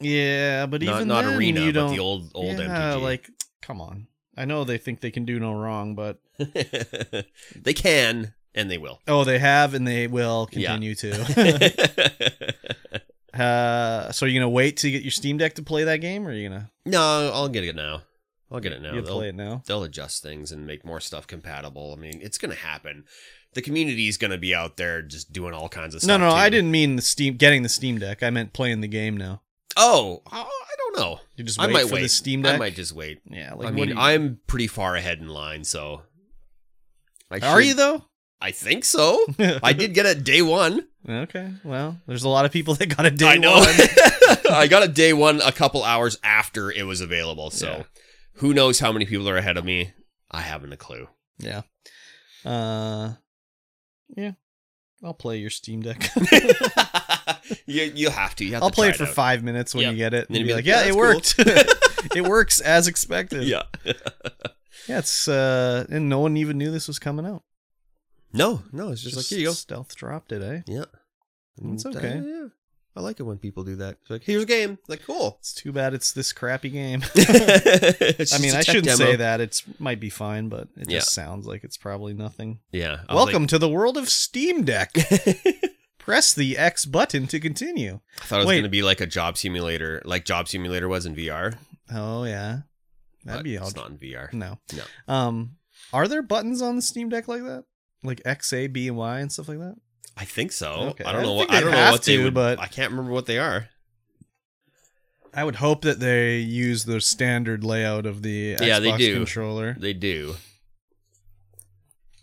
Speaker 2: Yeah, but
Speaker 1: not
Speaker 2: even
Speaker 1: not
Speaker 2: then,
Speaker 1: arena,
Speaker 2: you
Speaker 1: but
Speaker 2: don't.
Speaker 1: the old old
Speaker 2: yeah,
Speaker 1: MTG.
Speaker 2: like come on. I know they think they can do no wrong, but
Speaker 1: [LAUGHS] they can and
Speaker 2: [LAUGHS]
Speaker 1: they will.
Speaker 2: oh, they have and they will
Speaker 1: Yeah.
Speaker 2: continue to.
Speaker 1: [LAUGHS]
Speaker 2: [LAUGHS] uh, so you're gonna wait to get your Steam Deck to play that game, or are you gonna
Speaker 1: no, I'll get it now. I'll get it now.
Speaker 2: you
Speaker 1: They'll-
Speaker 2: play it now?
Speaker 1: they'll adjust things and make more stuff compatible. I mean, it's going to happen. The community is going to be out there just doing all kinds of
Speaker 2: No,
Speaker 1: stuff.
Speaker 2: no, no,
Speaker 1: too.
Speaker 2: I didn't mean the Steam getting the Steam Deck. I meant playing the game now.
Speaker 1: Oh, I I don't know.
Speaker 2: You just
Speaker 1: I
Speaker 2: wait
Speaker 1: might
Speaker 2: for
Speaker 1: wait.
Speaker 2: the Steam Deck.
Speaker 1: I might just wait.
Speaker 2: Yeah, like
Speaker 1: I
Speaker 2: what
Speaker 1: mean,
Speaker 2: do you-
Speaker 1: I'm pretty far ahead in line, so. I
Speaker 2: are
Speaker 1: should-
Speaker 2: you though?
Speaker 1: I think so. I did get it day one.
Speaker 2: Okay. Well, there's a lot of people [LAUGHS] that got a day
Speaker 1: I know.
Speaker 2: one.
Speaker 1: [LAUGHS] I got it day one a couple hours after it was available. So
Speaker 2: Yeah.
Speaker 1: who knows how many people are ahead of me? I haven't
Speaker 2: [LAUGHS]
Speaker 1: a clue. [LAUGHS]
Speaker 2: Yeah. Uh yeah. I'll play your Steam
Speaker 1: [LAUGHS]
Speaker 2: Deck. [LAUGHS]
Speaker 1: you, you have to. You have
Speaker 2: I'll
Speaker 1: to
Speaker 2: play
Speaker 1: try
Speaker 2: it for
Speaker 1: out.
Speaker 2: five minutes when
Speaker 1: Yep.
Speaker 2: you get it. And,
Speaker 1: then
Speaker 2: be
Speaker 1: you'll
Speaker 2: like,
Speaker 1: be like,
Speaker 2: yeah, it
Speaker 1: "Yeah,
Speaker 2: worked. [LAUGHS]
Speaker 1: [LAUGHS]
Speaker 2: it works as expected.
Speaker 1: Yeah.
Speaker 2: Yeah, it's uh and no one even knew this was coming out.
Speaker 1: No, no, it's just, like here you go.
Speaker 2: Stealth dropped it, eh?
Speaker 1: Yeah.
Speaker 2: It's
Speaker 1: And, uh,
Speaker 2: okay.
Speaker 1: yeah. I like it when people do that. It's like, here's a game. It's like,
Speaker 2: [LAUGHS]
Speaker 1: cool. [LAUGHS]
Speaker 2: It's too bad it's this crappy game.
Speaker 1: I
Speaker 2: I mean, I shouldn't say that. It's might be fine, but it
Speaker 1: Yeah.
Speaker 2: just sounds like it's probably nothing.
Speaker 1: Yeah. I was [LAUGHS]
Speaker 2: Welcome to the world of Steam Deck. Press the X button to continue.
Speaker 1: like- I thought it was
Speaker 2: Wait.
Speaker 1: going to be like a job simulator, like Job Simulator was in VR.
Speaker 2: Oh yeah.
Speaker 1: but
Speaker 2: That'd be
Speaker 1: It's
Speaker 2: odd.
Speaker 1: not in VR.
Speaker 2: No.
Speaker 1: No.
Speaker 2: Um, are there buttons on the Steam Deck like that? Like X, A, B, and Y and stuff like that?
Speaker 1: I think so.
Speaker 2: Okay.
Speaker 1: I
Speaker 2: I
Speaker 1: don't know
Speaker 2: don't
Speaker 1: what
Speaker 2: think
Speaker 1: I don't
Speaker 2: they'd
Speaker 1: know
Speaker 2: have
Speaker 1: what they
Speaker 2: to,
Speaker 1: would,
Speaker 2: but-
Speaker 1: I can't remember what they are.
Speaker 2: I would hope that they use the standard layout of the
Speaker 1: Yeah,
Speaker 2: Xbox
Speaker 1: they do.
Speaker 2: controller.
Speaker 1: They do.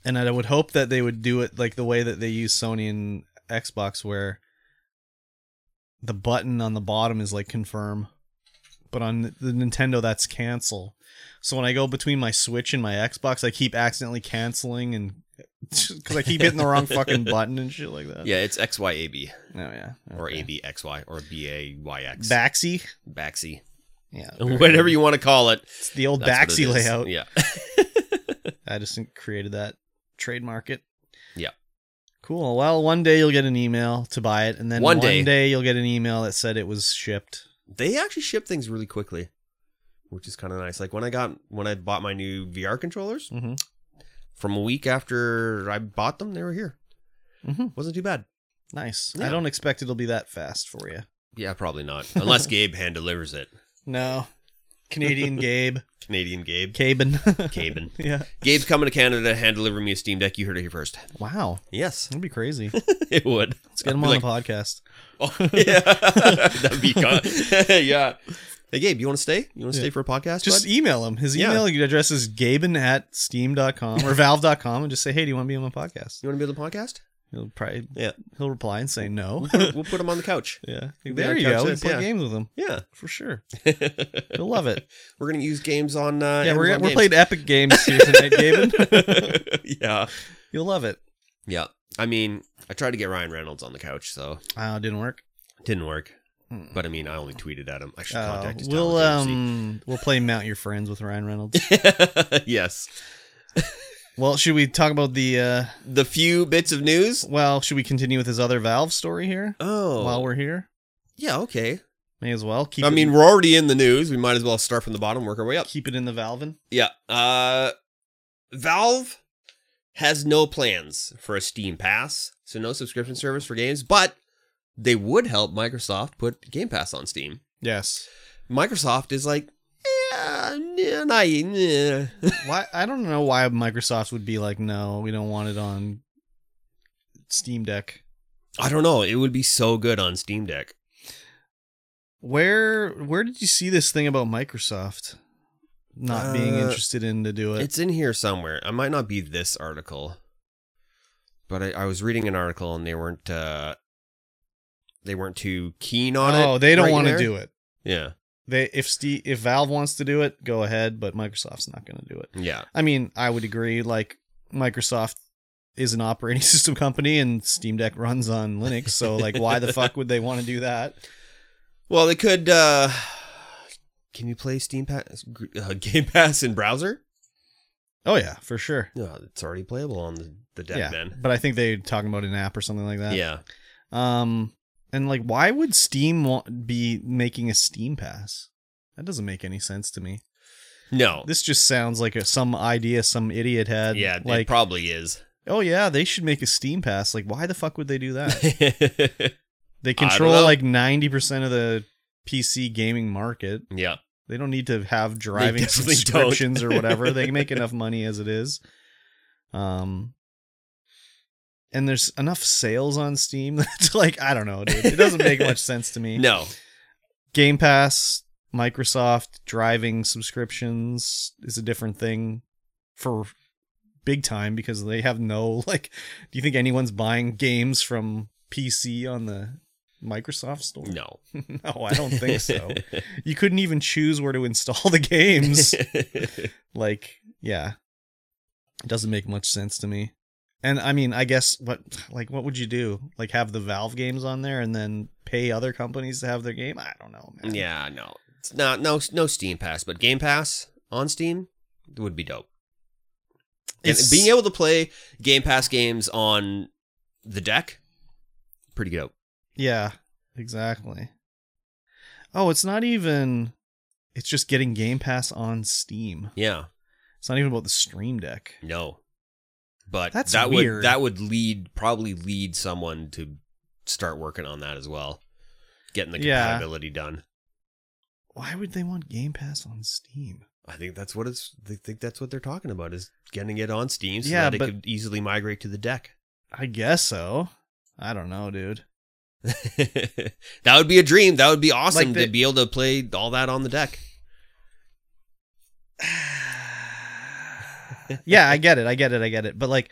Speaker 2: And I would hope that they would do it like the way that they use Sony and Xbox where the button on the bottom is like confirm. But on the Nintendo that's cancel. So when I go between my Switch and my Xbox, I keep accidentally canceling and [LAUGHS] cuz I keep hitting the wrong fucking button and shit like that.
Speaker 1: Yeah, it's XYAB
Speaker 2: Oh yeah.
Speaker 1: or
Speaker 2: Okay.
Speaker 1: ABXY or BAYX.
Speaker 2: Baxi.
Speaker 1: Baxi.
Speaker 2: Yeah.
Speaker 1: [LAUGHS] Whatever you want to call it.
Speaker 2: It's the old
Speaker 1: that's what
Speaker 2: Baxi
Speaker 1: it is.
Speaker 2: layout. [LAUGHS]
Speaker 1: Yeah.
Speaker 2: I just created that trademark it.
Speaker 1: Yeah.
Speaker 2: Cool. Well, one day you'll get an email to buy it, and then
Speaker 1: One
Speaker 2: one,
Speaker 1: day.
Speaker 2: day. you'll get an email that said it was shipped.
Speaker 1: they actually ship things really quickly, which is kind of nice. Like when I got when I bought my new VR controllers
Speaker 2: Mm-hmm.
Speaker 1: from a week after I bought them, they were here.
Speaker 2: Mm-hmm.
Speaker 1: wasn't too bad.
Speaker 2: Nice.
Speaker 1: Yeah.
Speaker 2: I don't expect it'll be that fast for you.
Speaker 1: Yeah, probably not
Speaker 2: [LAUGHS]
Speaker 1: unless Gabe hand delivers it.
Speaker 2: No.
Speaker 1: [LAUGHS]
Speaker 2: Canadian Gabe.
Speaker 1: Canadian Gabe,
Speaker 2: Cabin.
Speaker 1: Cabin.
Speaker 2: [LAUGHS] yeah.
Speaker 1: Gabe's coming to Canada. Hand deliver me a Steam Deck. You heard it here first.
Speaker 2: Wow.
Speaker 1: Yes,
Speaker 2: That'd be crazy.
Speaker 1: [LAUGHS] it would.
Speaker 2: Let's get him
Speaker 1: I'd
Speaker 2: on
Speaker 1: be
Speaker 2: the podcast. [LAUGHS]
Speaker 1: Oh, yeah, that'd be kind. yeah. Hey Gabe, you want to stay? You want to
Speaker 2: Yeah.
Speaker 1: stay for a podcast?
Speaker 2: Just
Speaker 1: bud?
Speaker 2: email him. His
Speaker 1: Yeah.
Speaker 2: email address is gaben at steam.com
Speaker 1: [LAUGHS]
Speaker 2: or valve.com and just say, hey, do you want to be on my podcast?
Speaker 1: you want to be on the podcast?
Speaker 2: He'll probably
Speaker 1: Yeah.
Speaker 2: he'll reply and say
Speaker 1: [LAUGHS]
Speaker 2: no.
Speaker 1: We'll put him on
Speaker 2: [LAUGHS]
Speaker 1: the couch.
Speaker 2: yeah.
Speaker 1: Yeah,
Speaker 2: There you
Speaker 1: couch
Speaker 2: go. We
Speaker 1: this,
Speaker 2: play
Speaker 1: yeah.
Speaker 2: games with him.
Speaker 1: Yeah,
Speaker 2: For
Speaker 1: [LAUGHS]
Speaker 2: sure.
Speaker 1: we're
Speaker 2: You'll love [LAUGHS] it.
Speaker 1: gonna use games on. Uh,
Speaker 2: yeah, we're,
Speaker 1: Amazon
Speaker 2: we're
Speaker 1: Games.
Speaker 2: playing Epic Games here tonight, [LAUGHS] David.
Speaker 1: [LAUGHS] yeah.
Speaker 2: You'll love it.
Speaker 1: Yeah. I mean, I tried to get Ryan Reynolds on the couch, so
Speaker 2: Oh, it didn't work.
Speaker 1: didn't work.
Speaker 2: Hmm.
Speaker 1: But I mean, I only tweeted at him. I should
Speaker 2: Uh,
Speaker 1: contact his
Speaker 2: we'll
Speaker 1: talent
Speaker 2: um we'll play Mount Your Friends with Ryan [LAUGHS] Reynolds. um,
Speaker 1: agency. [LAUGHS] yes.
Speaker 2: well, should we talk about the uh
Speaker 1: The few bits of news.
Speaker 2: well, should we continue with his other Valve story here
Speaker 1: Oh.
Speaker 2: while we're here?
Speaker 1: yeah, okay.
Speaker 2: May as well keep
Speaker 1: I
Speaker 2: it,
Speaker 1: mean, we're already in the news. We might as well start from the bottom, work our way up.
Speaker 2: keep it in the Valvin.
Speaker 1: Yeah. Uh Valve has no plans for a Steam Pass, so no subscription service for games, but they would help Microsoft put Game Pass on Steam.
Speaker 2: Yes.
Speaker 1: Microsoft is like, yeah, nah, nah, nah." [LAUGHS]
Speaker 2: why I don't know why Microsoft would be like, no, we don't want it on Steam Deck.
Speaker 1: I don't know. It would be so good on Steam Deck.
Speaker 2: Where where did you see this thing about Microsoft not being
Speaker 1: Uh,
Speaker 2: interested in to do it?
Speaker 1: It's in here somewhere. It might not be this article. but I, I was reading an article and they weren't uh, they weren't too keen on it.
Speaker 2: oh, they don't
Speaker 1: right
Speaker 2: want to
Speaker 1: there.
Speaker 2: do it.
Speaker 1: Yeah,
Speaker 2: They if Steve, if Valve wants to do it, go ahead, but Microsoft's not going to do it.
Speaker 1: yeah,
Speaker 2: I mean, I would agree. Like Microsoft is an operating [LAUGHS] system company, and Steam Deck runs on Linux, so like, why the fuck would they want to do that?
Speaker 1: Well, they could. Uh, can you play Steam Pass, uh, [LAUGHS] Game Pass in browser?
Speaker 2: Oh yeah, for sure.
Speaker 1: No, it's already playable on the, the deck.
Speaker 2: yeah, Uh,
Speaker 1: Then,
Speaker 2: but I think they're talking about an app or something like that.
Speaker 1: yeah,
Speaker 2: Um, and like, why would Steam wa- be making a Steam Pass? That doesn't make any sense to me.
Speaker 1: no,
Speaker 2: This just sounds like a, some idea some idiot had.
Speaker 1: yeah, it
Speaker 2: like,
Speaker 1: probably is. [LAUGHS]
Speaker 2: oh yeah, they should make a Steam Pass. Like, why the fuck would they do
Speaker 1: [LAUGHS]
Speaker 2: that? They
Speaker 1: don't
Speaker 2: control
Speaker 1: know.
Speaker 2: like ninety percent of the PC gaming market.
Speaker 1: yeah,
Speaker 2: They don't need to have driving
Speaker 1: definitely don't.
Speaker 2: subscriptions or whatever. They
Speaker 1: [LAUGHS]
Speaker 2: make enough money as it is. Um, and there's enough sales on Steam [LAUGHS] that like I don't know, dude. It doesn't
Speaker 1: [LAUGHS]
Speaker 2: make much sense to me.
Speaker 1: no,
Speaker 2: Game Pass, Microsoft driving subscriptions is a different thing for big time because they have no [LAUGHS] like do you think anyone's buying games from PC on the Microsoft store?
Speaker 1: no.
Speaker 2: [LAUGHS] no, I don't think
Speaker 1: [LAUGHS]
Speaker 2: so. you couldn't even choose where to install the
Speaker 1: [LAUGHS]
Speaker 2: games. like, yeah. It doesn't make much sense to me. And I mean, I guess what like what would you do? Like have the Valve games on there and then pay other companies to have their game? I don't know, man.
Speaker 1: yeah, no, it's not no no Steam Pass, but Game Pass on Steam would be dope. And
Speaker 2: It's-
Speaker 1: being able to play Game Pass games on the deck, pretty dope.
Speaker 2: Yeah, exactly. Oh, it's not even it's just getting Game Pass on Steam.
Speaker 1: Yeah,
Speaker 2: It's not even about the Stream Deck.
Speaker 1: No. But
Speaker 2: That's
Speaker 1: that
Speaker 2: weird.
Speaker 1: would that would lead probably lead someone to start working on that as well. Getting the
Speaker 2: Yeah.
Speaker 1: compatibility done.
Speaker 2: Why would they want Game Pass on Steam?
Speaker 1: I think that's what it's they think that's what they're talking about is getting it on Steam so
Speaker 2: Yeah,
Speaker 1: that
Speaker 2: but-
Speaker 1: it could easily migrate to the deck. [LAUGHS]
Speaker 2: I guess so. I don't know, dude.
Speaker 1: that would be a dream. That would be awesome
Speaker 2: Like the-
Speaker 1: to be able to play all that on the deck.
Speaker 2: yeah, I get it. I get it. I get it. But like,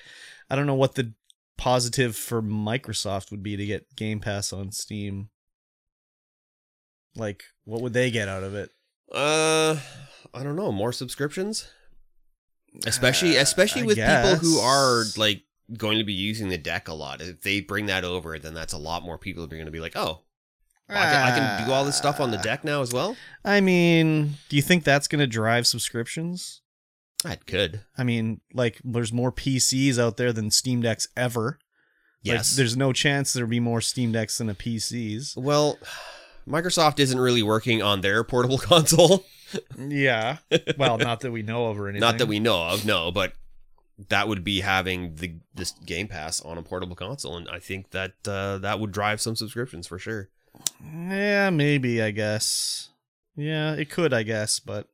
Speaker 2: I don't know what the positive for Microsoft would be to get Game Pass on Steam. Like, what would they get out of it?
Speaker 1: Uh I don't know, more subscriptions? Especially
Speaker 2: Uh,
Speaker 1: especially
Speaker 2: I
Speaker 1: with people who
Speaker 2: guess.
Speaker 1: are like going to be using the deck a lot. If they bring that over, then that's a lot more people that are going to be like, "Oh, Well, I, can, I can do all this stuff
Speaker 2: Uh.
Speaker 1: on the
Speaker 2: Ah.
Speaker 1: deck now as well.
Speaker 2: I mean, do you think that's going to drive subscriptions?
Speaker 1: I could.
Speaker 2: I mean, like, there's more PCs out there than Steam Decks ever. Like,
Speaker 1: Yes.
Speaker 2: there's no chance there'll be more Steam Decks than a PCs.
Speaker 1: well, Microsoft isn't really working on their portable [LAUGHS] console.
Speaker 2: Yeah. [LAUGHS] Well, not that we know of or anything.
Speaker 1: Not that we know of, no, but that would be having the this Game Pass on a portable console, and I think that uh, that would drive some subscriptions for sure.
Speaker 2: Yeah, maybe, I guess. Yeah, it could, I guess, but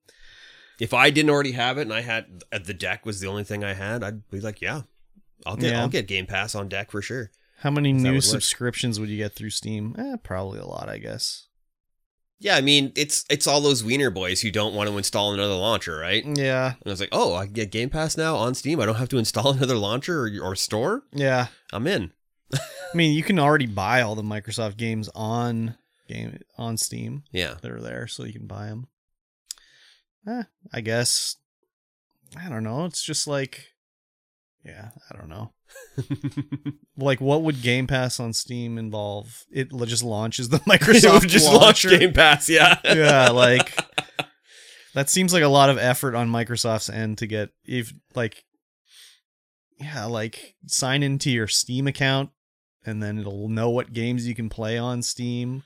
Speaker 1: If I didn't already have it, and I had uh, the deck was the only thing I had, I'd be like, yeah, I'll get
Speaker 2: Yeah.
Speaker 1: I'll get Game Pass on deck for sure.
Speaker 2: how many
Speaker 1: Is that
Speaker 2: new
Speaker 1: what it was?
Speaker 2: subscriptions would you get through Steam? Eh, probably a lot, I guess.
Speaker 1: Yeah, I mean it's it's all those wiener boys who don't want to install another launcher, right?
Speaker 2: Yeah,
Speaker 1: And I was like, oh, I can get Game Pass now on Steam. I don't have to install [LAUGHS] another launcher or, or store.
Speaker 2: yeah.
Speaker 1: I'm in.
Speaker 2: I mean, you can already buy all the Microsoft games on game on Steam.
Speaker 1: [LAUGHS] Yeah.
Speaker 2: that are there, so you can buy them. Eh, I guess. I don't know. It's just like, yeah, I don't know. Like, what would Game Pass on Steam involve? It l- just launches the
Speaker 1: Microsoft
Speaker 2: Microsoft
Speaker 1: [LAUGHS] just
Speaker 2: launcher.
Speaker 1: launched Game Pass. Yeah.
Speaker 2: yeah, like that seems like a lot of effort on Microsoft's end to get if like, yeah, like sign into your Steam account, and then it'll know what games you can play on Steam.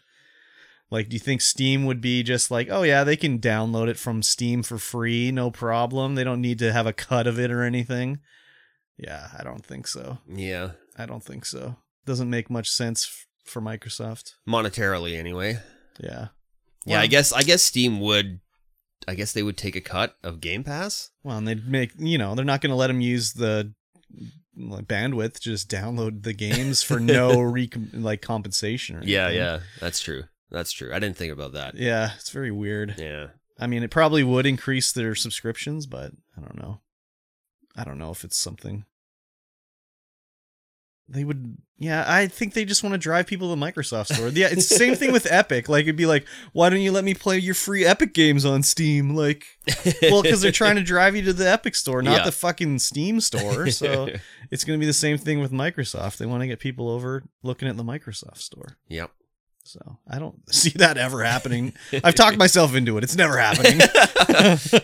Speaker 2: Like, do you think Steam would be just like, oh yeah, they can download it from Steam for free, no problem. They don't need to have a cut of it or anything. Yeah, I don't think so.
Speaker 1: [LAUGHS] yeah.
Speaker 2: I don't think so. Doesn't make much sense f- for Microsoft.
Speaker 1: Monetarily, anyway.
Speaker 2: Yeah.
Speaker 1: Yeah,
Speaker 2: Well-
Speaker 1: I guess I guess Steam would. I guess they would take a cut of Game Pass.
Speaker 2: Well, and they'd make you know they're not going to let them use the like, bandwidth to just download the games for
Speaker 1: [LAUGHS]
Speaker 2: no re- like compensation. Or
Speaker 1: Yeah,
Speaker 2: anything.
Speaker 1: yeah. That's true. That's true. I didn't think about that.
Speaker 2: yeah. It's very weird.
Speaker 1: Yeah.
Speaker 2: I mean, it probably would increase their subscriptions, but I don't know. I don't know if it's something. they would yeah i think they just want to drive people to the microsoft store yeah it's the same thing
Speaker 1: [LAUGHS]
Speaker 2: with epic like it'd be like why don't you let me play your free epic games on steam like
Speaker 1: [LAUGHS]
Speaker 2: well because they're trying to drive you to the epic store not
Speaker 1: Yeah.
Speaker 2: the fucking steam
Speaker 1: [LAUGHS]
Speaker 2: store so it's going to be the same thing with microsoft they want to get people over looking at the microsoft store
Speaker 1: yeah.
Speaker 2: so i don't [LAUGHS] see that ever happening i've talked myself into it it's never
Speaker 1: [LAUGHS]
Speaker 2: happening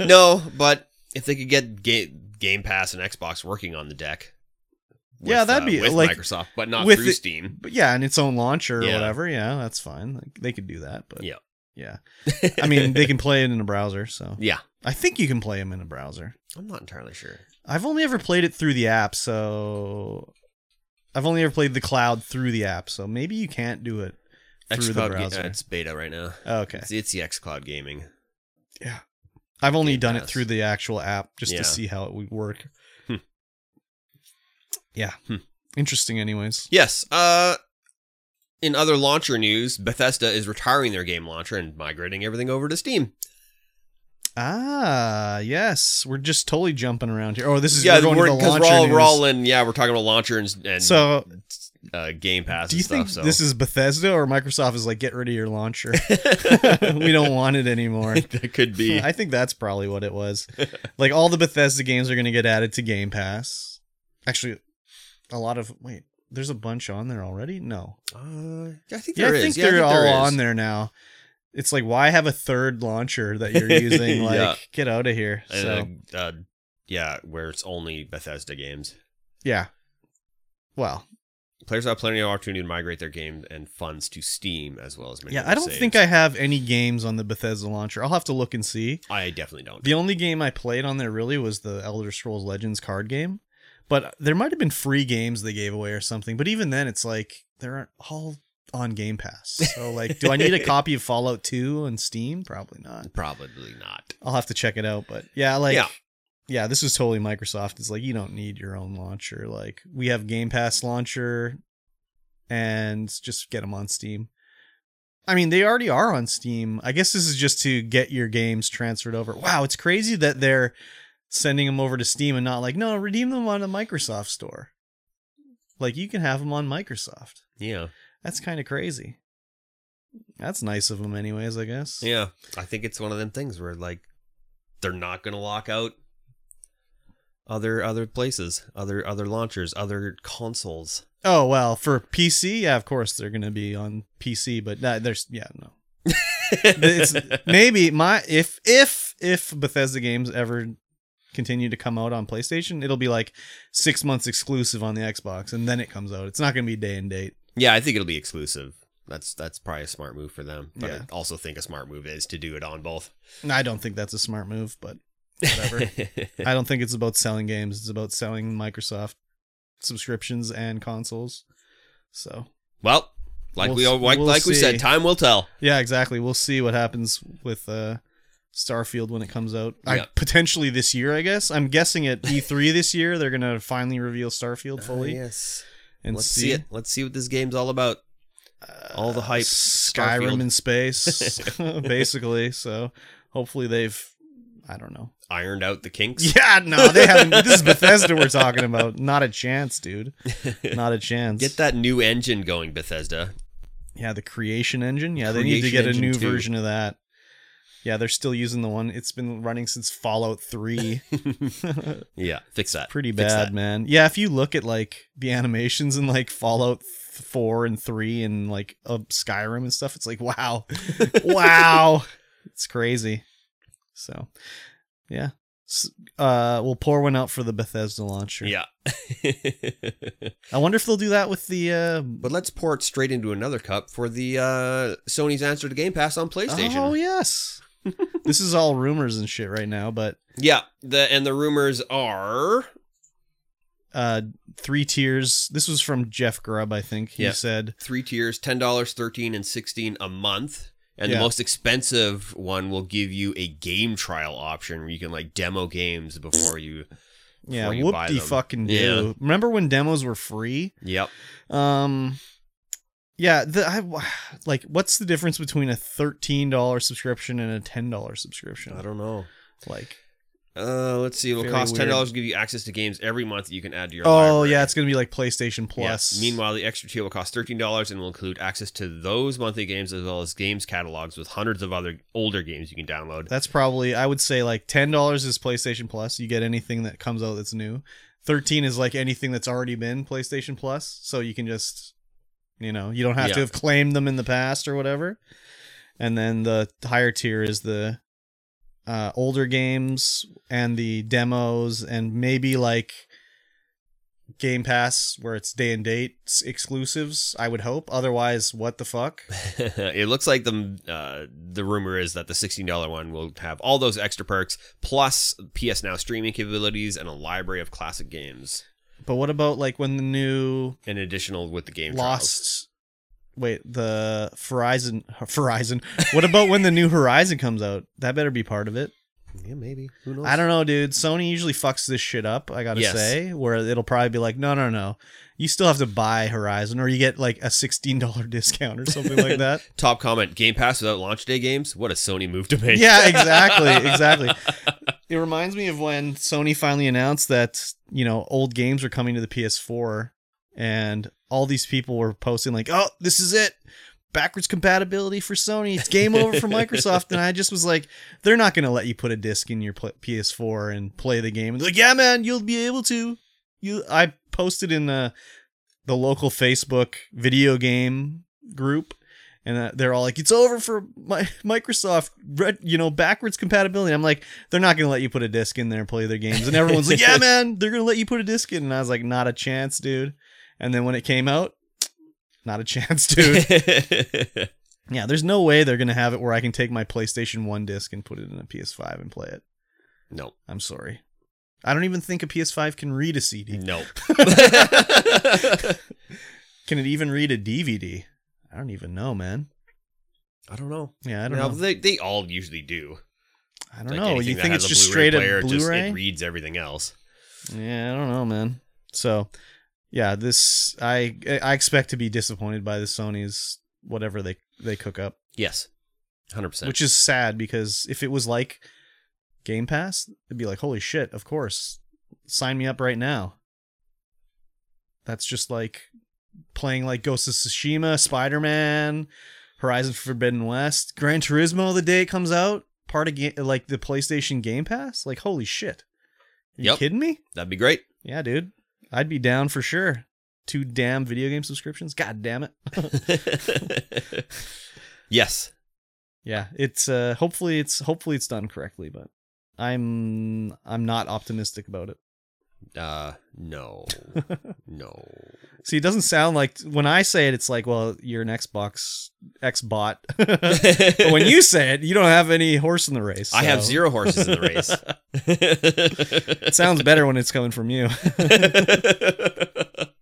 Speaker 2: [LAUGHS]
Speaker 1: no, but if they could get Ga- Game Pass and Xbox working on the deck,
Speaker 2: Yeah, that'd be,
Speaker 1: with
Speaker 2: like,
Speaker 1: Microsoft, but not
Speaker 2: with
Speaker 1: through
Speaker 2: it-
Speaker 1: Steam.
Speaker 2: but yeah and its own launcher or
Speaker 1: Yeah.
Speaker 2: whatever yeah that's fine like, they could do that but
Speaker 1: Yeah.
Speaker 2: yeah [LAUGHS] i mean they can play it in a browser so
Speaker 1: [LAUGHS] yeah,
Speaker 2: I think you can play them in a browser.
Speaker 1: I'm not entirely sure.
Speaker 2: I've only ever played it through the app, so I've only ever played the cloud through the app, so maybe you can't do it through the
Speaker 1: Xcloud, Ga-
Speaker 2: browser. Oh,
Speaker 1: uh, it's beta right now.
Speaker 2: okay.
Speaker 1: It's, it's the XCloud gaming.
Speaker 2: I've only
Speaker 1: Game
Speaker 2: done it
Speaker 1: Pass.
Speaker 2: through the actual app just
Speaker 1: Yeah.
Speaker 2: to see how it would work.
Speaker 1: Hmm.
Speaker 2: Yeah.
Speaker 1: Hmm.
Speaker 2: Interesting anyways.
Speaker 1: Yes. Uh, in other launcher news, Bethesda is retiring their game launcher and migrating everything over to Steam.
Speaker 2: Ah, yes. We're just totally jumping around here. Oh, this is
Speaker 1: yeah,
Speaker 2: we're going to the
Speaker 1: because
Speaker 2: launcher
Speaker 1: we're all we're
Speaker 2: news.
Speaker 1: all in. Yeah, we're talking about launcher and, and
Speaker 2: So,
Speaker 1: uh, Game Pass.
Speaker 2: do you
Speaker 1: and stuff,
Speaker 2: think
Speaker 1: so.
Speaker 2: this is Bethesda or Microsoft is like get rid of your launcher? [LAUGHS]
Speaker 1: [LAUGHS]
Speaker 2: we don't want it anymore.
Speaker 1: that could [LAUGHS] be.
Speaker 2: I think that's probably what it
Speaker 1: [LAUGHS]
Speaker 2: was. like all the Bethesda games are going to get added to Game Pass. Actually, a lot of wait, there's a bunch on there already. No,
Speaker 1: Uh, yeah, I think
Speaker 2: yeah,
Speaker 1: there
Speaker 2: I
Speaker 1: is.
Speaker 2: think
Speaker 1: Yeah, I
Speaker 2: they're
Speaker 1: think
Speaker 2: all
Speaker 1: there is.
Speaker 2: on there now. It's like why have a third launcher that you're using? Like
Speaker 1: [LAUGHS] Yeah.
Speaker 2: get out of here. So
Speaker 1: And, uh, uh, yeah, where it's only Bethesda games.
Speaker 2: yeah, well,
Speaker 1: Players have plenty of opportunity to migrate their game and funds to Steam as well as many.
Speaker 2: yeah,
Speaker 1: other
Speaker 2: I don't
Speaker 1: saves.
Speaker 2: think I have any games on the Bethesda launcher. I'll have to look and see.
Speaker 1: I definitely don't.
Speaker 2: The only game I played on there really was the Elder Scrolls Legends card game, but there might have been free games they gave away or something. But even then, it's like they're all on Game Pass. So like, do I need a copy of Fallout Two on Steam? Probably not.
Speaker 1: Probably not.
Speaker 2: I'll have to check it out. But yeah, like. Yeah.
Speaker 1: Yeah.
Speaker 2: this was totally Microsoft. It's like you don't need your own launcher. Like we have Game Pass launcher, and just get them on Steam. I mean, they already are on Steam. I guess this is just to get your games transferred over. Wow, it's crazy that they're sending them over to Steam and not like, no, redeem them on the Microsoft store. Like you can have them on Microsoft.
Speaker 1: Yeah,
Speaker 2: That's kind of crazy. That's nice of them, anyways. I guess.
Speaker 1: yeah. I think it's one of them things where like they're not going to lock out other other places, other other launchers, other consoles.
Speaker 2: Oh well, for PC, yeah, of course they're gonna be on PC, but nah, there's yeah, no. [LAUGHS] It's maybe my if if if Bethesda games ever continue to come out on PlayStation, it'll be like six months exclusive on the Xbox, and then it comes out. It's not gonna be day and date.
Speaker 1: [LAUGHS] yeah, I think it'll be exclusive. That's that's probably a smart move for them. But
Speaker 2: Yeah.
Speaker 1: I also think a smart move is to do it on both.
Speaker 2: And I don't think that's a smart move, but
Speaker 1: [LAUGHS]
Speaker 2: whatever. I don't think it's about selling games. It's about selling Microsoft subscriptions and consoles. So
Speaker 1: well, like we
Speaker 2: We'll
Speaker 1: all
Speaker 2: s-
Speaker 1: like,
Speaker 2: we'll
Speaker 1: like we
Speaker 2: see.
Speaker 1: said, time will tell.
Speaker 2: Yeah, exactly. We'll see what happens with uh, Starfield when it comes out. I,
Speaker 1: Yeah.
Speaker 2: potentially this year, I guess. I'm guessing at E3 [LAUGHS] this year they're gonna finally reveal Starfield
Speaker 1: Uh,
Speaker 2: fully
Speaker 1: yes.
Speaker 2: and
Speaker 1: Let's see.
Speaker 2: see,
Speaker 1: it. Let's see what this game's all about.
Speaker 2: Uh,
Speaker 1: All the hype,
Speaker 2: Skyrim
Speaker 1: Starfield.
Speaker 2: in
Speaker 1: [LAUGHS]
Speaker 2: space, [LAUGHS] basically. So hopefully they've. I don't
Speaker 1: [LAUGHS]
Speaker 2: know.
Speaker 1: Ironed out the kinks.
Speaker 2: Yeah, no, they haven't. This is Bethesda we're talking about. Not a chance,
Speaker 1: [LAUGHS]
Speaker 2: dude. Not a chance.
Speaker 1: Get that new engine going, Bethesda.
Speaker 2: Yeah, the creation engine. Yeah, they need to
Speaker 1: Creation
Speaker 2: get a
Speaker 1: Engine
Speaker 2: new
Speaker 1: 2.
Speaker 2: version of that. Yeah, they're still using the one. It's been running since Fallout
Speaker 1: [LAUGHS]
Speaker 2: 3.
Speaker 1: Yeah, fix that.
Speaker 2: Pretty
Speaker 1: Fix that.
Speaker 2: bad, man. Yeah, if you look at like the animations in like Fallout 4 and 3 and like uh, Skyrim and stuff, it's like,
Speaker 1: [LAUGHS]
Speaker 2: wow. wow. It's crazy. So, yeah. S- Uh, we'll pour one out for the Bethesda launcher.
Speaker 1: Yeah. [LAUGHS]
Speaker 2: I wonder if they'll do that with the uh,
Speaker 1: but let's pour it straight into another cup for the uh, Sony's answer to Game Pass on PlayStation.
Speaker 2: Oh
Speaker 1: [LAUGHS]
Speaker 2: yes. this is all rumors and shit right now, but
Speaker 1: Yeah, the and the rumors are
Speaker 2: uh three tiers this was from jeff grubb i think he
Speaker 1: Yeah.
Speaker 2: said
Speaker 1: three tiers: ten dollars, thirteen, and sixteen a month. And
Speaker 2: Yeah.
Speaker 1: the most expensive one will give you a game trial option where you can like demo games before you.
Speaker 2: yeah
Speaker 1: Before you buy
Speaker 2: whoop-de
Speaker 1: them.
Speaker 2: fucking do
Speaker 1: Yeah.
Speaker 2: remember when demos were free
Speaker 1: Yep.
Speaker 2: um yeah the i like what's the difference between a $13 subscription and a $10 subscription
Speaker 1: don't know.
Speaker 2: like
Speaker 1: Uh, let's see. It'll
Speaker 2: Very
Speaker 1: cost ten
Speaker 2: weird.
Speaker 1: dollars to give you access to games every month that you can add to your.
Speaker 2: Oh
Speaker 1: library.
Speaker 2: yeah, it's gonna be like PlayStation
Speaker 1: Yeah.
Speaker 2: Plus.
Speaker 1: Meanwhile, the extra tier will cost thirteen dollars and will include access to those monthly games as well as games catalogs with hundreds of other older games you can download.
Speaker 2: that's probably I would say like ten dollars is PlayStation Plus. You get anything that comes out that's new. Thirteen is like anything that's already been PlayStation Plus, so you can just you know you don't have
Speaker 1: Yeah.
Speaker 2: to have claimed them in the past or whatever. And then the higher tier is the uh, older games and the demos and maybe like Game Pass where it's day and date s- exclusives. I would hope. Otherwise, what the fuck?
Speaker 1: [LAUGHS] it looks like the uh, the rumor is that the sixteen dollar one will have all those extra perks plus PS Now streaming capabilities and a library of classic games,
Speaker 2: But what about like when the new
Speaker 1: and additional with the game trials.
Speaker 2: Lost. Wait, the Horizon. Horizon. What about when the new Horizon comes out? That better be part of it.
Speaker 1: Yeah, maybe. Who knows?
Speaker 2: I don't know, dude. Sony usually fucks this shit up. I gotta
Speaker 1: Yes.
Speaker 2: say, where it'll probably be like, no, no, no, you still have to buy Horizon, or you get like a sixteen dollar [LAUGHS] discount or something like that.
Speaker 1: Top comment: Game Pass without launch day games. What a Sony move to make.
Speaker 2: yeah, exactly, exactly. It reminds me of when Sony finally announced that you know old games were coming to the PS4, and all these people were posting like, "Oh, this is it." Backwards compatibility for Sony. It's game over for Microsoft. And I just was like, they're not going to let you put a disc in your pl- PS4 and play the game. And they're like, yeah, man, you'll be able to. You, I posted in uh, the local Facebook video game group, and uh, they're all like, "It's over for my Microsoft, red, you know, backwards compatibility." I'm like, "They're not gonna let you put a disc in there and play their games." And everyone's like, "Yeah, man, they're gonna let you put a disc in." And I was like, "Not a chance, dude." And then when it came out, not a chance, [LAUGHS]
Speaker 1: [LAUGHS]
Speaker 2: dude. yeah, there's no way they're gonna have it where I can take my PlayStation One disc and put it in a PS5 and play it.
Speaker 1: no,
Speaker 2: I'm sorry. I don't even think a PS5 can read a CD. [LAUGHS]
Speaker 1: no.
Speaker 2: Can it even read a DVD? I don't even know, man.
Speaker 1: I don't know.
Speaker 2: Yeah, I don't
Speaker 1: No,
Speaker 2: know.
Speaker 1: They they all usually do.
Speaker 2: I don't
Speaker 1: Like
Speaker 2: know.
Speaker 1: anything
Speaker 2: You
Speaker 1: that
Speaker 2: think
Speaker 1: has
Speaker 2: it's
Speaker 1: a
Speaker 2: just
Speaker 1: Blu-ray
Speaker 2: straight up
Speaker 1: player, it just-
Speaker 2: Blu-ray?
Speaker 1: it reads everything else.
Speaker 2: Yeah, I don't know, man. So, yeah, this I I expect to be disappointed by the Sony's whatever they they cook up,
Speaker 1: Yes, hundred percent.
Speaker 2: which is sad because if it was like Game Pass, it'd be like, holy shit, of course, sign me up right now. That's just like playing like Ghost of Tsushima, Spider Man, Horizon Forbidden West, Gran Turismo. The day it comes out, part of ga- like the PlayStation Game Pass. Like, holy shit, are you
Speaker 1: Yep.
Speaker 2: kidding me?
Speaker 1: That'd be great.
Speaker 2: Yeah, dude. I'd be down for sure. Two damn video game subscriptions. God damn it.
Speaker 1: [LAUGHS] yes.
Speaker 2: yeah, it's uh hopefully it's hopefully it's done correctly, but I'm I'm not optimistic about it.
Speaker 1: Uh,
Speaker 2: [LAUGHS]
Speaker 1: no. no.
Speaker 2: See, it doesn't sound like when I say it it's like, well, you're an Xbox Xbot. [LAUGHS] but when
Speaker 1: when
Speaker 2: you say it, you don't have any horse in the race.
Speaker 1: [LAUGHS] I have
Speaker 2: so
Speaker 1: zero horses in the race. [LAUGHS]
Speaker 2: It sounds better when it's coming from you. [LAUGHS]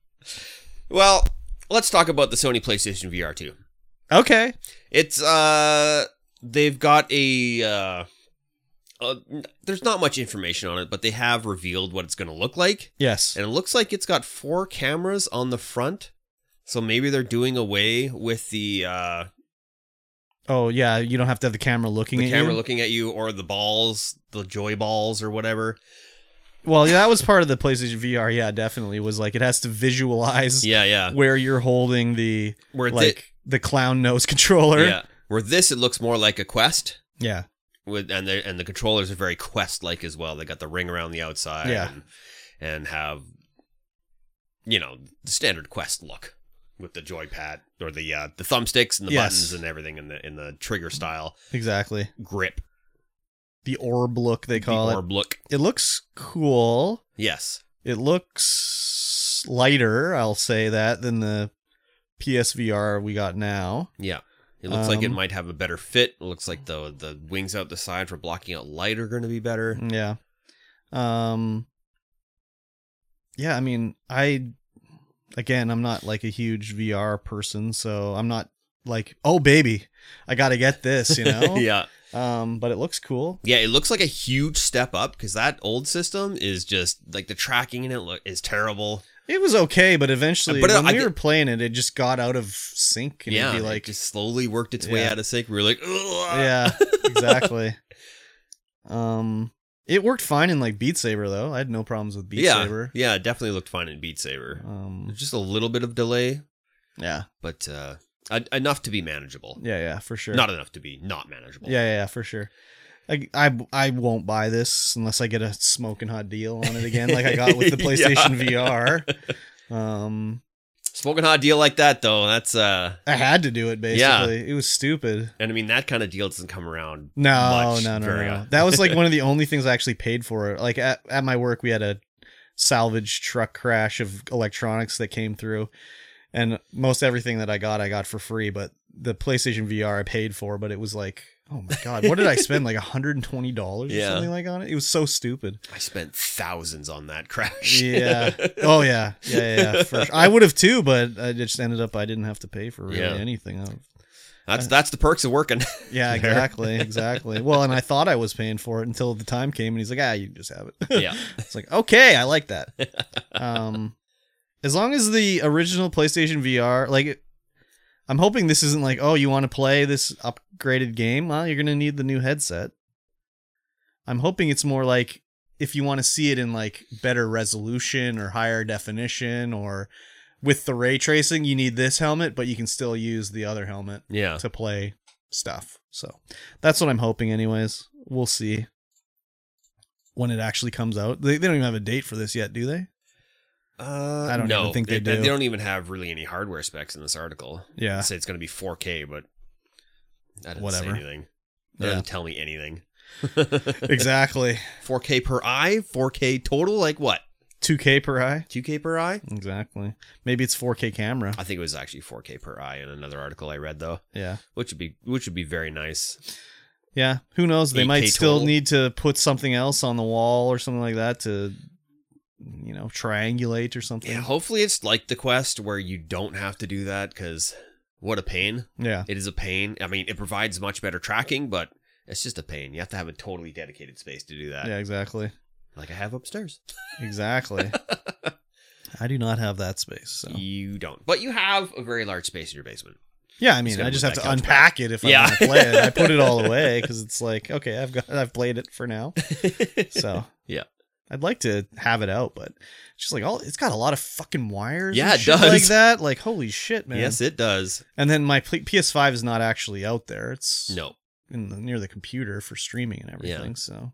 Speaker 1: well, let's talk about the Sony PlayStation VR 2.
Speaker 2: okay.
Speaker 1: It's uh they've got a uh, uh n- there's not much information on it, but they have revealed what it's going to look like.
Speaker 2: Yes.
Speaker 1: And it looks like it's got four cameras on the front. So maybe they're doing away with the uh
Speaker 2: Oh yeah, you don't have to have the camera looking
Speaker 1: the
Speaker 2: at
Speaker 1: camera
Speaker 2: you.
Speaker 1: looking at you or the balls, the joy balls or whatever.
Speaker 2: well, yeah, that was part of the PlayStation VR. Yeah, definitely was like it has to visualize
Speaker 1: Yeah, yeah.
Speaker 2: where you're holding the
Speaker 1: Where
Speaker 2: like the clown nose [LAUGHS] controller.
Speaker 1: thi- yeah. Where this it looks more like a quest.
Speaker 2: Yeah.
Speaker 1: with and the and the controllers are very quest like as well. They got the ring around the outside,
Speaker 2: Yeah.
Speaker 1: and, and have you know the standard quest look with the joypad or the uh, the thumbsticks and the
Speaker 2: Yes.
Speaker 1: buttons and everything in the in the trigger style
Speaker 2: Exactly.
Speaker 1: grip
Speaker 2: The orb look they call
Speaker 1: the
Speaker 2: it.
Speaker 1: orb look.
Speaker 2: It looks cool.
Speaker 1: Yes,
Speaker 2: It looks lighter, I'll say that, than the PSVR we got now.
Speaker 1: yeah. It looks like it
Speaker 2: Um,
Speaker 1: might have a better fit. It looks like the the wings out the side for blocking out light are going to be better.
Speaker 2: Yeah. Um Yeah, I mean, I again, I'm not like a huge VR person, so I'm not like, "Oh baby, I got to get this," you know?
Speaker 1: [LAUGHS] yeah,
Speaker 2: Um but it looks cool.
Speaker 1: yeah. It looks like a huge step up because that old system is just like the tracking in it look, is terrible.
Speaker 2: It was okay, but eventually
Speaker 1: But uh,
Speaker 2: when
Speaker 1: I
Speaker 2: we
Speaker 1: get-
Speaker 2: were playing it, it just got out of sync and it'd be
Speaker 1: it
Speaker 2: like,
Speaker 1: just slowly worked its way
Speaker 2: Yeah.
Speaker 1: [LAUGHS] out of sync. We were like, Ugh.
Speaker 2: yeah, exactly. Um, It worked fine in like Beat Saber though. I had no problems with Beat
Speaker 1: yeah,
Speaker 2: Saber.
Speaker 1: yeah, it definitely looked fine in Beat Saber.
Speaker 2: Um,
Speaker 1: There's Just a little bit of delay,
Speaker 2: yeah,
Speaker 1: but uh, en- enough to be manageable.
Speaker 2: yeah, yeah, for sure.
Speaker 1: Not enough to be not manageable.
Speaker 2: yeah, yeah, yeah, for sure. I, I I won't buy this unless I get a smoking hot deal on it again, like I got with the
Speaker 1: [LAUGHS]
Speaker 2: PlayStation VR. Um,
Speaker 1: Smoking hot deal like that though. That's uh,
Speaker 2: I had to do it basically. It was stupid.
Speaker 1: and I mean that kind of deal doesn't come around.
Speaker 2: No,
Speaker 1: much
Speaker 2: no, no,
Speaker 1: very
Speaker 2: no.
Speaker 1: often.
Speaker 2: That was like one
Speaker 1: [LAUGHS]
Speaker 2: of the only things I actually paid for. Like at, at my work, we had a salvage truck crash of electronics that came through, and most everything that I got, I got for free. But the PlayStation VR I paid for, but it was like, oh my god, what did I spend? Like hundred and twenty dollars or
Speaker 1: Yeah.
Speaker 2: something like on it. It was so
Speaker 1: [LAUGHS]
Speaker 2: stupid.
Speaker 1: I spent thousands on that crash.
Speaker 2: Yeah. Oh yeah, yeah, yeah. yeah, For sure. I would have too, but I just ended up I didn't have to pay for really
Speaker 1: Yeah.
Speaker 2: anything. I-
Speaker 1: [LAUGHS] that's that's the perks
Speaker 2: [LAUGHS]
Speaker 1: of working.
Speaker 2: Yeah,
Speaker 1: [LAUGHS] There.
Speaker 2: exactly, exactly. Well, and I thought I was paying for it until the time came, and he's like, "Ah, you can just have it."
Speaker 1: yeah,
Speaker 2: it's like, okay, I like that. Um, as long as the original PlayStation VR, like, I'm hoping this isn't like, oh, you want to play this upgraded game? Well, you're gonna need the new headset. I'm hoping it's more like if you want to see it in like better resolution or higher definition or with the ray tracing, you need this helmet, but you can still use the other helmet
Speaker 1: [LAUGHS] yeah.
Speaker 2: to play stuff. So that's what I'm hoping, anyways. We'll see when it actually comes out. They, they don't even have a date for this yet, do they?
Speaker 1: Uh,
Speaker 2: I don't
Speaker 1: no,
Speaker 2: even think they do.
Speaker 1: They don't even have really any hardware specs in this article.
Speaker 2: Yeah.
Speaker 1: [LAUGHS] They say it's going to be 4K, but that doesn't
Speaker 2: Whatever.
Speaker 1: say anything. That
Speaker 2: Yeah.
Speaker 1: doesn't tell
Speaker 2: [LAUGHS]
Speaker 1: me anything. [LAUGHS]
Speaker 2: Exactly.
Speaker 1: 4K per eye, 4K total, like what?
Speaker 2: 2K per eye.
Speaker 1: 2K per eye?
Speaker 2: Exactly. Maybe it's 4K camera.
Speaker 1: I think it was actually 4K per eye in another article I read though,
Speaker 2: Yeah.
Speaker 1: which would be which would be very nice.
Speaker 2: Yeah. Who knows? They might
Speaker 1: 8K
Speaker 2: still
Speaker 1: total.
Speaker 2: need to put something else on the wall or something like that to, you know, triangulate or something.
Speaker 1: Yeah, hopefully it's like the quest where you don't have to do that cuz what a pain.
Speaker 2: Yeah.
Speaker 1: It is a pain. I mean, it provides much better tracking, but it's just a pain. You have to have a totally dedicated space to do that.
Speaker 2: Yeah, exactly.
Speaker 1: Like I have upstairs. [LAUGHS]
Speaker 2: Exactly. I do not have that space. So.
Speaker 1: You don't. But you have a very large space in your basement.
Speaker 2: Yeah, I
Speaker 1: Just
Speaker 2: mean,
Speaker 1: gotta
Speaker 2: I just
Speaker 1: move
Speaker 2: have
Speaker 1: that
Speaker 2: to
Speaker 1: couch
Speaker 2: unpack it if I
Speaker 1: Yeah.
Speaker 2: want to play it. I put it
Speaker 1: [LAUGHS]
Speaker 2: all away because it's like, okay, I've got, I've played it for now. So
Speaker 1: Yeah.
Speaker 2: I'd like to have it out, but it's just like all, it's got a lot of fucking wires.
Speaker 1: Yeah,
Speaker 2: and
Speaker 1: it
Speaker 2: shit
Speaker 1: does.
Speaker 2: Like that, like holy shit, man.
Speaker 1: yes, it does.
Speaker 2: And then my pl- PS5 is not actually out there. It's
Speaker 1: No.
Speaker 2: in the, near the computer for streaming and
Speaker 1: Yeah.
Speaker 2: everything. So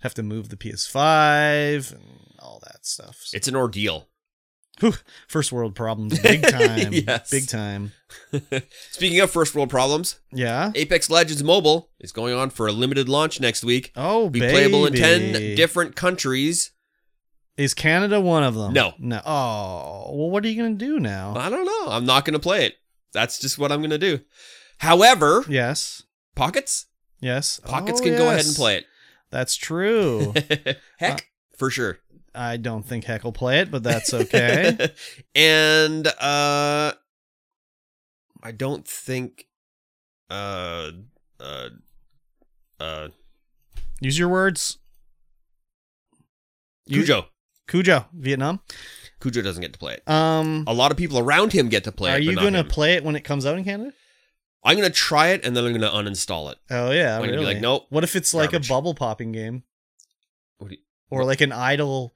Speaker 2: have to move the PS5 and all that stuff. So
Speaker 1: It's an ordeal. [LAUGHS]
Speaker 2: First world problems, big time,
Speaker 1: Yes.
Speaker 2: big time.
Speaker 1: Speaking of first world problems,
Speaker 2: Yeah.
Speaker 1: Apex Legends Mobile is going on for a limited launch next week.
Speaker 2: Oh,
Speaker 1: Be playable in 10
Speaker 2: baby.
Speaker 1: different countries.
Speaker 2: Is Canada one of them?
Speaker 1: No.
Speaker 2: No. Oh, well, what are you going to do now?
Speaker 1: I don't know. I'm not going to play it. That's just what I'm going to do. However,
Speaker 2: Yes.
Speaker 1: Pockets?
Speaker 2: Yes.
Speaker 1: Pockets
Speaker 2: Oh,
Speaker 1: can go ahead
Speaker 2: yes. Uh,
Speaker 1: and play
Speaker 2: That's
Speaker 1: [LAUGHS]
Speaker 2: true.
Speaker 1: it. [LAUGHS] Heck, for sure.
Speaker 2: I don't think Heck will play it, but that's
Speaker 1: [LAUGHS]
Speaker 2: okay.
Speaker 1: and uh I don't think uh uh uh
Speaker 2: Use your words. You-
Speaker 1: Cujo.
Speaker 2: Cujo, Vietnam.
Speaker 1: Cujo doesn't get to play it.
Speaker 2: Um,
Speaker 1: A lot of people around him get to play
Speaker 2: are
Speaker 1: it.
Speaker 2: you
Speaker 1: going
Speaker 2: to play it when it comes out in Canada?
Speaker 1: I'm going to try it and then I'm going to uninstall it.
Speaker 2: Oh yeah,
Speaker 1: I'm gonna
Speaker 2: really?
Speaker 1: be like, nope,
Speaker 2: What if it's like
Speaker 1: garbage.
Speaker 2: a bubble popping game?
Speaker 1: What do you-
Speaker 2: or like an idle.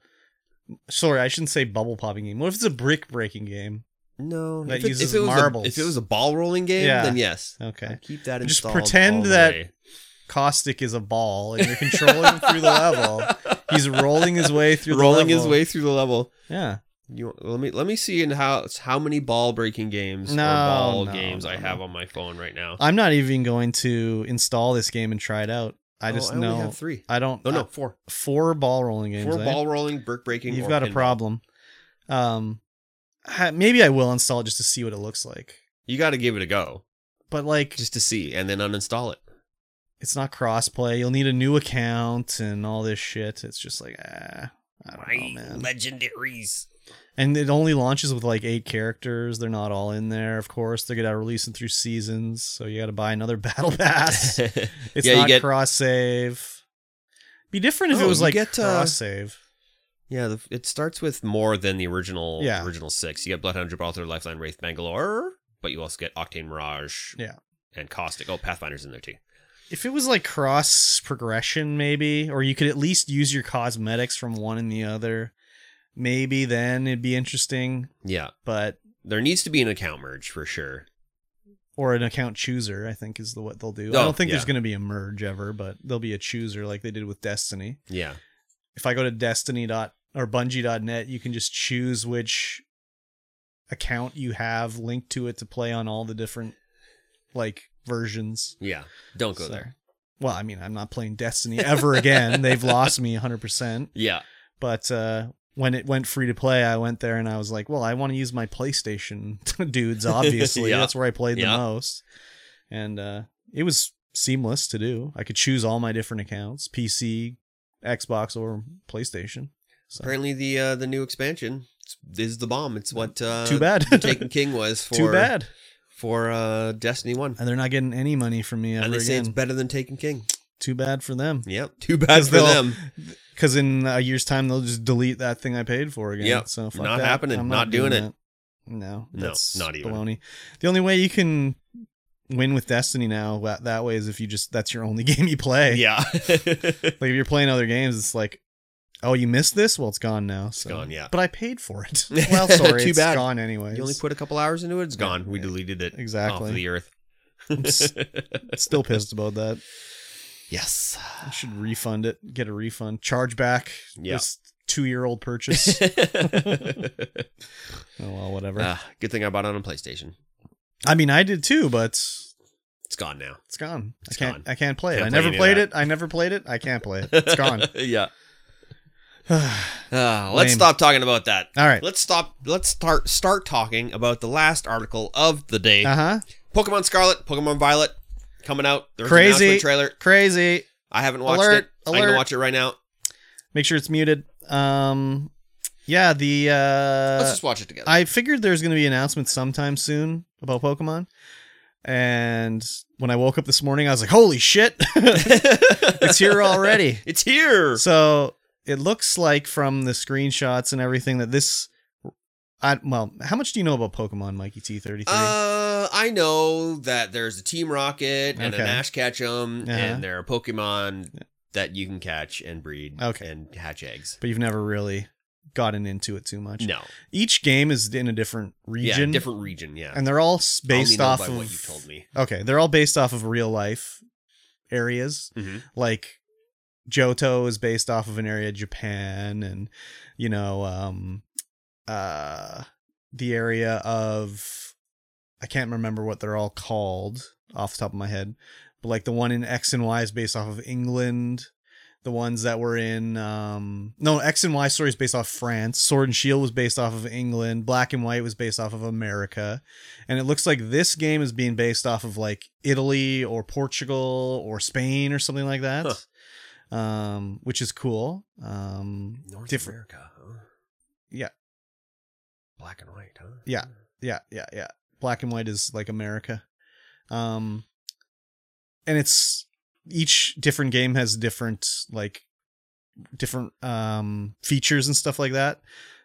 Speaker 2: Sorry, I shouldn't say bubble popping game. What if it's a brick breaking game?
Speaker 1: No,
Speaker 2: That
Speaker 1: if it,
Speaker 2: uses
Speaker 1: if it was
Speaker 2: marbles.
Speaker 1: A, if it was a ball rolling game,
Speaker 2: Yeah.
Speaker 1: then yes.
Speaker 2: Okay.
Speaker 1: Keep that
Speaker 2: Just
Speaker 1: installed.
Speaker 2: pretend
Speaker 1: all the
Speaker 2: that-
Speaker 1: way.
Speaker 2: Caustic is a ball, and you're controlling him through the
Speaker 1: [LAUGHS]
Speaker 2: level. He's rolling his way through
Speaker 1: rolling
Speaker 2: the
Speaker 1: his
Speaker 2: level.
Speaker 1: way through the level.
Speaker 2: Yeah.
Speaker 1: You want- let me let me see in how how many ball breaking games
Speaker 2: No,
Speaker 1: or ball
Speaker 2: no,
Speaker 1: games I
Speaker 2: no,
Speaker 1: have
Speaker 2: no.
Speaker 1: on my phone right now.
Speaker 2: I'm not even going to install this game and try it out. I
Speaker 1: Oh,
Speaker 2: just
Speaker 1: only
Speaker 2: know
Speaker 1: have three.
Speaker 2: I don't.
Speaker 1: Oh no,
Speaker 2: uh,
Speaker 1: four.
Speaker 2: four ball rolling games.
Speaker 1: Four
Speaker 2: eh?
Speaker 1: ball rolling, brick breaking.
Speaker 2: You've
Speaker 1: or
Speaker 2: got a
Speaker 1: pinball.
Speaker 2: problem. Um, ha- maybe I will install it just to see what it looks like.
Speaker 1: You got to give it a go
Speaker 2: But like,
Speaker 1: just to see, and then uninstall it.
Speaker 2: it's not crossplay. You'll need a new account and all this shit. It's just like ah, I don't know, man.
Speaker 1: legendaries.
Speaker 2: And it only launches with like eight characters. They're not all in there, of course. They're gonna release them through seasons, so you got to buy another [LAUGHS] battle
Speaker 1: [LAUGHS]
Speaker 2: pass. It's
Speaker 1: yeah,
Speaker 2: not
Speaker 1: you get
Speaker 2: cross save. Be different if
Speaker 1: Oh,
Speaker 2: it was
Speaker 1: you
Speaker 2: like
Speaker 1: get, uh,
Speaker 2: cross save.
Speaker 1: yeah. The, it starts with more than the original
Speaker 2: Yeah.
Speaker 1: original six. You get Bloodhound Gibraltar, Lifeline, Wraith, Bangalore, but you also get Octane Mirage.
Speaker 2: Yeah.
Speaker 1: And Caustic. Oh, Pathfinder's in there too.
Speaker 2: if it was like cross progression maybe or you could at least use your cosmetics from one and the other maybe then it'd be interesting
Speaker 1: Yeah,
Speaker 2: but
Speaker 1: there needs to be an account merge for sure.
Speaker 2: or an account chooser i think is the what they'll do i
Speaker 1: Oh,
Speaker 2: don't think
Speaker 1: yeah.
Speaker 2: there's going to be a merge ever but there'll be a chooser like they did with destiny
Speaker 1: Yeah,
Speaker 2: if i go to destiny dot or bungie.net you can just choose which account you have linked to it to play on all the different like versions
Speaker 1: yeah. Don't go
Speaker 2: So-
Speaker 1: there.
Speaker 2: well i mean i'm not playing destiny ever
Speaker 1: [LAUGHS]
Speaker 2: again they've lost me 100%
Speaker 1: Yeah,
Speaker 2: but uh when it went free to play, I went there and I was like, "Well, I want to use my PlayStation [LAUGHS] dudes. Obviously,
Speaker 1: [LAUGHS] Yeah.
Speaker 2: that's where I played
Speaker 1: Yeah.
Speaker 2: the most." And uh, it was seamless to do. I could choose all my different accounts: PC, Xbox, or PlayStation. So
Speaker 1: apparently the uh, the new expansion is the bomb. It's what uh,
Speaker 2: too bad.
Speaker 1: the
Speaker 2: [LAUGHS]
Speaker 1: Taken King was for
Speaker 2: too bad.
Speaker 1: for uh, Destiny One,
Speaker 2: And they're not getting any money from me ever
Speaker 1: and they say it's
Speaker 2: again.
Speaker 1: better than Taken King.
Speaker 2: too bad for them.
Speaker 1: Yep, [LAUGHS] too bad
Speaker 2: 'Cause
Speaker 1: for
Speaker 2: they'll-
Speaker 1: them.
Speaker 2: Because in a year's time, they'll just delete that thing I paid for again.
Speaker 1: Yep.
Speaker 2: So fuck
Speaker 1: Not
Speaker 2: that.
Speaker 1: happening.
Speaker 2: I'm
Speaker 1: Not doing it.
Speaker 2: that. No.
Speaker 1: No,
Speaker 2: That's
Speaker 1: not even.
Speaker 2: Baloney. The only way you can win with Destiny now wha- that way is if you just that's your only [LAUGHS] game you play.
Speaker 1: Yeah, [LAUGHS]
Speaker 2: Like if you're playing other games, it's like, oh, you missed this. Well, it's gone now. So.
Speaker 1: gone, yeah.
Speaker 2: But I paid for
Speaker 1: [LAUGHS]
Speaker 2: it. Well, sorry.
Speaker 1: Too
Speaker 2: it's
Speaker 1: bad.
Speaker 2: gone anyways.
Speaker 1: you only put a couple hours into it. It's gone. We
Speaker 2: Yeah.
Speaker 1: deleted it off of
Speaker 2: exactly.
Speaker 1: the earth.
Speaker 2: I'm s- [LAUGHS] still pissed about that.
Speaker 1: [LAUGHS] [LAUGHS] yes.
Speaker 2: I should refund it. Get a refund. Charge back
Speaker 1: Yeah.
Speaker 2: this two-year-old
Speaker 1: [LAUGHS]
Speaker 2: purchase. oh well, whatever.
Speaker 1: Ah, good thing I bought it on PlayStation.
Speaker 2: I mean, I did too, but
Speaker 1: It's gone now.
Speaker 2: It's gone.
Speaker 1: It's
Speaker 2: I can't.
Speaker 1: gone.
Speaker 2: I can't play it.
Speaker 1: Can't
Speaker 2: I
Speaker 1: play
Speaker 2: never
Speaker 1: any of
Speaker 2: played
Speaker 1: that.
Speaker 2: it. I never played it. I can't
Speaker 1: [LAUGHS]
Speaker 2: play it. It's gone.
Speaker 1: [LAUGHS]
Speaker 2: [SIGHS]
Speaker 1: yeah.
Speaker 2: All
Speaker 1: Ah, let's
Speaker 2: Lame.
Speaker 1: stop talking about that.
Speaker 2: right.
Speaker 1: Let's stop. Let's start start talking about the last article of the day.
Speaker 2: Uh huh.
Speaker 1: Pokemon Scarlet, Pokemon Violet, coming out. There's
Speaker 2: Crazy.
Speaker 1: an announcement trailer.
Speaker 2: Crazy.
Speaker 1: I haven't watched
Speaker 2: Alert,
Speaker 1: it. I'm gonna
Speaker 2: alert.
Speaker 1: watch it right now.
Speaker 2: Make sure it's muted. Um, yeah. The
Speaker 1: Let's
Speaker 2: uh,
Speaker 1: just watch it together.
Speaker 2: I [LAUGHS] figured there's going to be announcements sometime soon about Pokemon, and when I woke up this morning, I was like, "Holy shit, [LAUGHS] it's
Speaker 1: it's
Speaker 2: here already!"
Speaker 1: [LAUGHS] It's here.
Speaker 2: So it looks like from the screenshots and everything that this. I, well, how much do you know about Pokemon, Mikey T thirty three?
Speaker 1: Uh, I know that there's a Team Rocket and
Speaker 2: Okay.
Speaker 1: a Nash Ketchum,
Speaker 2: Uh-huh.
Speaker 1: and there are Pokemon that you can catch and breed
Speaker 2: Okay.
Speaker 1: and hatch eggs.
Speaker 2: but you've never really gotten into it too much.
Speaker 1: No,
Speaker 2: Each game is in a different region,
Speaker 1: yeah, different region. Yeah,
Speaker 2: and they're all s-
Speaker 1: I only
Speaker 2: based
Speaker 1: know
Speaker 2: off
Speaker 1: by
Speaker 2: of
Speaker 1: what you told me.
Speaker 2: Okay, they're all based off of real life areas.
Speaker 1: Mhm.
Speaker 2: Like Johto is based off of an area of Japan, and you know, um, uh, the area of I can't remember what they're all called off the top of my head, but like the one in X and Y is based off of England. The ones that were in um no X and Y story is based off France. Sword and Shield was based off of England. Black and White was based off of America, and it looks like this game is being based off of like Italy or Portugal or Spain or something like that, um, which is cool. Um,
Speaker 1: Mm-hmm. North
Speaker 2: different.
Speaker 1: America. Huh?
Speaker 2: Yeah.
Speaker 1: Black and white, huh?
Speaker 2: Yeah. [LAUGHS] yeah yeah yeah black and white is like america um and it's each different game has different like different um features and stuff like that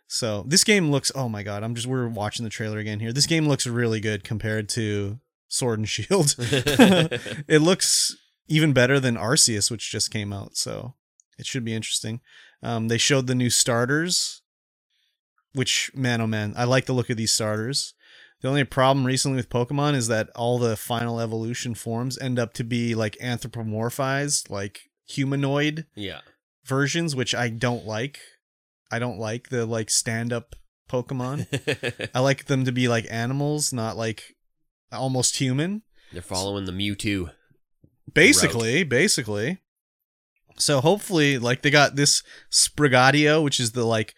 Speaker 2: so this game looks oh my god i'm just we're watching the trailer again here this game looks really good compared to sword and shield
Speaker 1: [LAUGHS]
Speaker 2: [LAUGHS] it looks even better than Arceus, which just came out, so it should be interesting. Um, they showed the new starters, which man, oh man, I like the look of these starters. The only problem recently with Pokemon is that all the final evolution forms end up to be like anthropomorphized, like humanoid
Speaker 1: [LAUGHS] yeah.
Speaker 2: versions, which I don't like. I don't like the like stand up
Speaker 1: [LAUGHS]
Speaker 2: Pokemon. I like them to be like animals, not like almost human
Speaker 1: They're following
Speaker 2: [LAUGHS]
Speaker 1: the Mewtwo.
Speaker 2: basically basically so hopefully like they got this sprigatio which is the like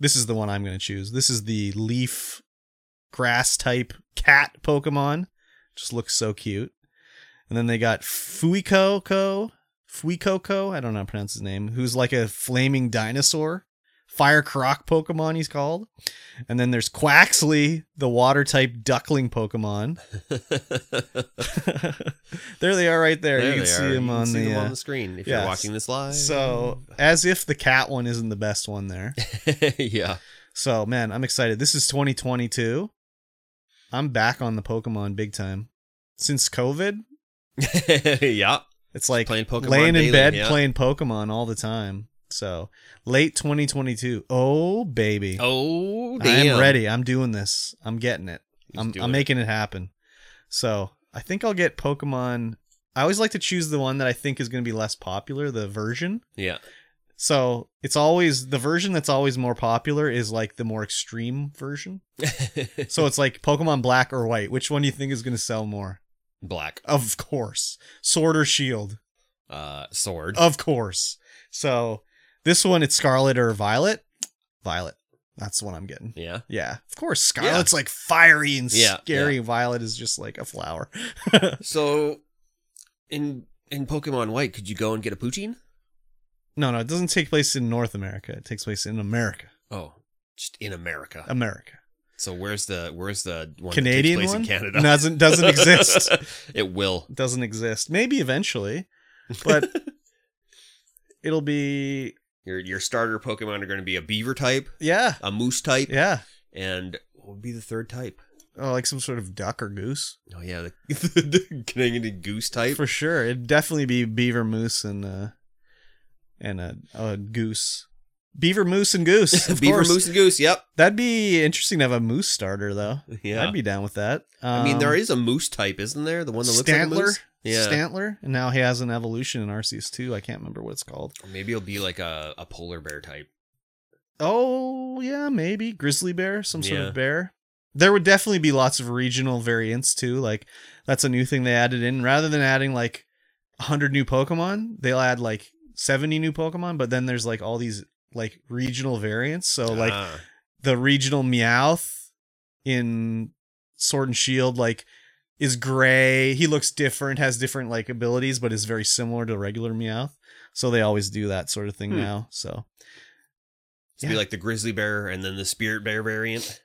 Speaker 2: this is the one i'm going to choose this is the leaf grass type cat pokemon just looks so cute and then they got fuikoko fuikoko i don't know how to pronounce his name who's like a flaming dinosaur fire croc pokemon he's called and then there's quaxley the water type duckling pokemon [LAUGHS] there they are right there,
Speaker 1: There
Speaker 2: you can
Speaker 1: they
Speaker 2: see
Speaker 1: are.
Speaker 2: them
Speaker 1: You
Speaker 2: on
Speaker 1: see
Speaker 2: the
Speaker 1: them
Speaker 2: uh,
Speaker 1: on the screen
Speaker 2: yes.
Speaker 1: if you're watching this live.
Speaker 2: So, as if the cat one isn't the best one there.
Speaker 1: [LAUGHS] yeah. [LAUGHS]
Speaker 2: So, man, I'm excited. This is 2022. I'm back on the Pokemon big time. Since COVID,
Speaker 1: yeah.
Speaker 2: It's like
Speaker 1: playing Pokemon
Speaker 2: laying
Speaker 1: daily,
Speaker 2: in bed
Speaker 1: yeah.
Speaker 2: playing Pokemon all the time. So late 2022. Oh baby,
Speaker 1: Oh, damn.
Speaker 2: I'm ready. I'm doing this. I'm getting it. I'm, I'm making it happen. So I think I'll get Pokemon. I always like to choose the one that I think is going to be less popular, the version.
Speaker 1: Yeah.
Speaker 2: So it's always the version that's always more popular is like the more extreme version. So it's like Pokemon Black or White. Which one do you think is going to sell more?
Speaker 1: [LAUGHS] Black.
Speaker 2: Of course, Sword or Shield.
Speaker 1: Uh, sword.
Speaker 2: Of course. So this one it's Scarlet or Violet. Violet. That's the one I'm getting.
Speaker 1: Yeah.
Speaker 2: Yeah, of course. Scarlet's like fiery and
Speaker 1: Yeah,
Speaker 2: scary. Violet is just like a flower.
Speaker 1: So, in in Pokemon White, could you go and get a Poutine?
Speaker 2: No, no, it doesn't take place in North America. It takes place in America.
Speaker 1: Oh, just in America.
Speaker 2: America.
Speaker 1: so where's the where's the one
Speaker 2: Um, Canadian
Speaker 1: that takes place
Speaker 2: one
Speaker 1: in
Speaker 2: [LAUGHS]
Speaker 1: Canada?
Speaker 2: doesn't doesn't
Speaker 1: [LAUGHS]
Speaker 2: exist.
Speaker 1: it will.
Speaker 2: doesn't exist. Maybe eventually,
Speaker 1: [LAUGHS]
Speaker 2: but it'll be
Speaker 1: Your your starter Pokemon are going to be a Beaver type,
Speaker 2: yeah,
Speaker 1: a Moose type,
Speaker 2: yeah.
Speaker 1: and what would be the third type?
Speaker 2: Oh, like some sort of duck or goose
Speaker 1: Oh yeah, the, [LAUGHS] the Canadian Goose type.
Speaker 2: for sure. It'd definitely be beaver, moose, and uh, and a, a goose. Beaver, moose, and
Speaker 1: [LAUGHS]
Speaker 2: goose. Of
Speaker 1: Beaver,
Speaker 2: course.
Speaker 1: Moose, and Goose. Yep.
Speaker 2: That'd be interesting to have a moose starter, though.
Speaker 1: Yeah.
Speaker 2: I'd be down with that.
Speaker 1: I mean, there
Speaker 2: Um,
Speaker 1: is a Moose type, isn't there? The one that looks like a
Speaker 2: Stantler.
Speaker 1: moose. Yeah.
Speaker 2: Stantler, and now he has an evolution in RCS2. I can't remember what it's called.
Speaker 1: Or maybe it'll be like a, a polar bear type.
Speaker 2: Oh, yeah, maybe grizzly bear, some sort
Speaker 1: Yeah.
Speaker 2: of bear. There would definitely be lots of regional variants too. Like that's a new thing they added in. Rather than adding like 100 new Pokemon, they'll add like 70 new Pokemon, but then there's like all these like regional variants. So Oh, like
Speaker 1: Ah.
Speaker 2: the regional Meowth in Sword and Shield, like, is gray. He looks different, has different like abilities, but is very similar to regular Meowth. So they always do that sort of thing
Speaker 1: Hmm.
Speaker 2: now. So
Speaker 1: It'd be
Speaker 2: Yeah.
Speaker 1: like the grizzly bear and then the spirit bear variant.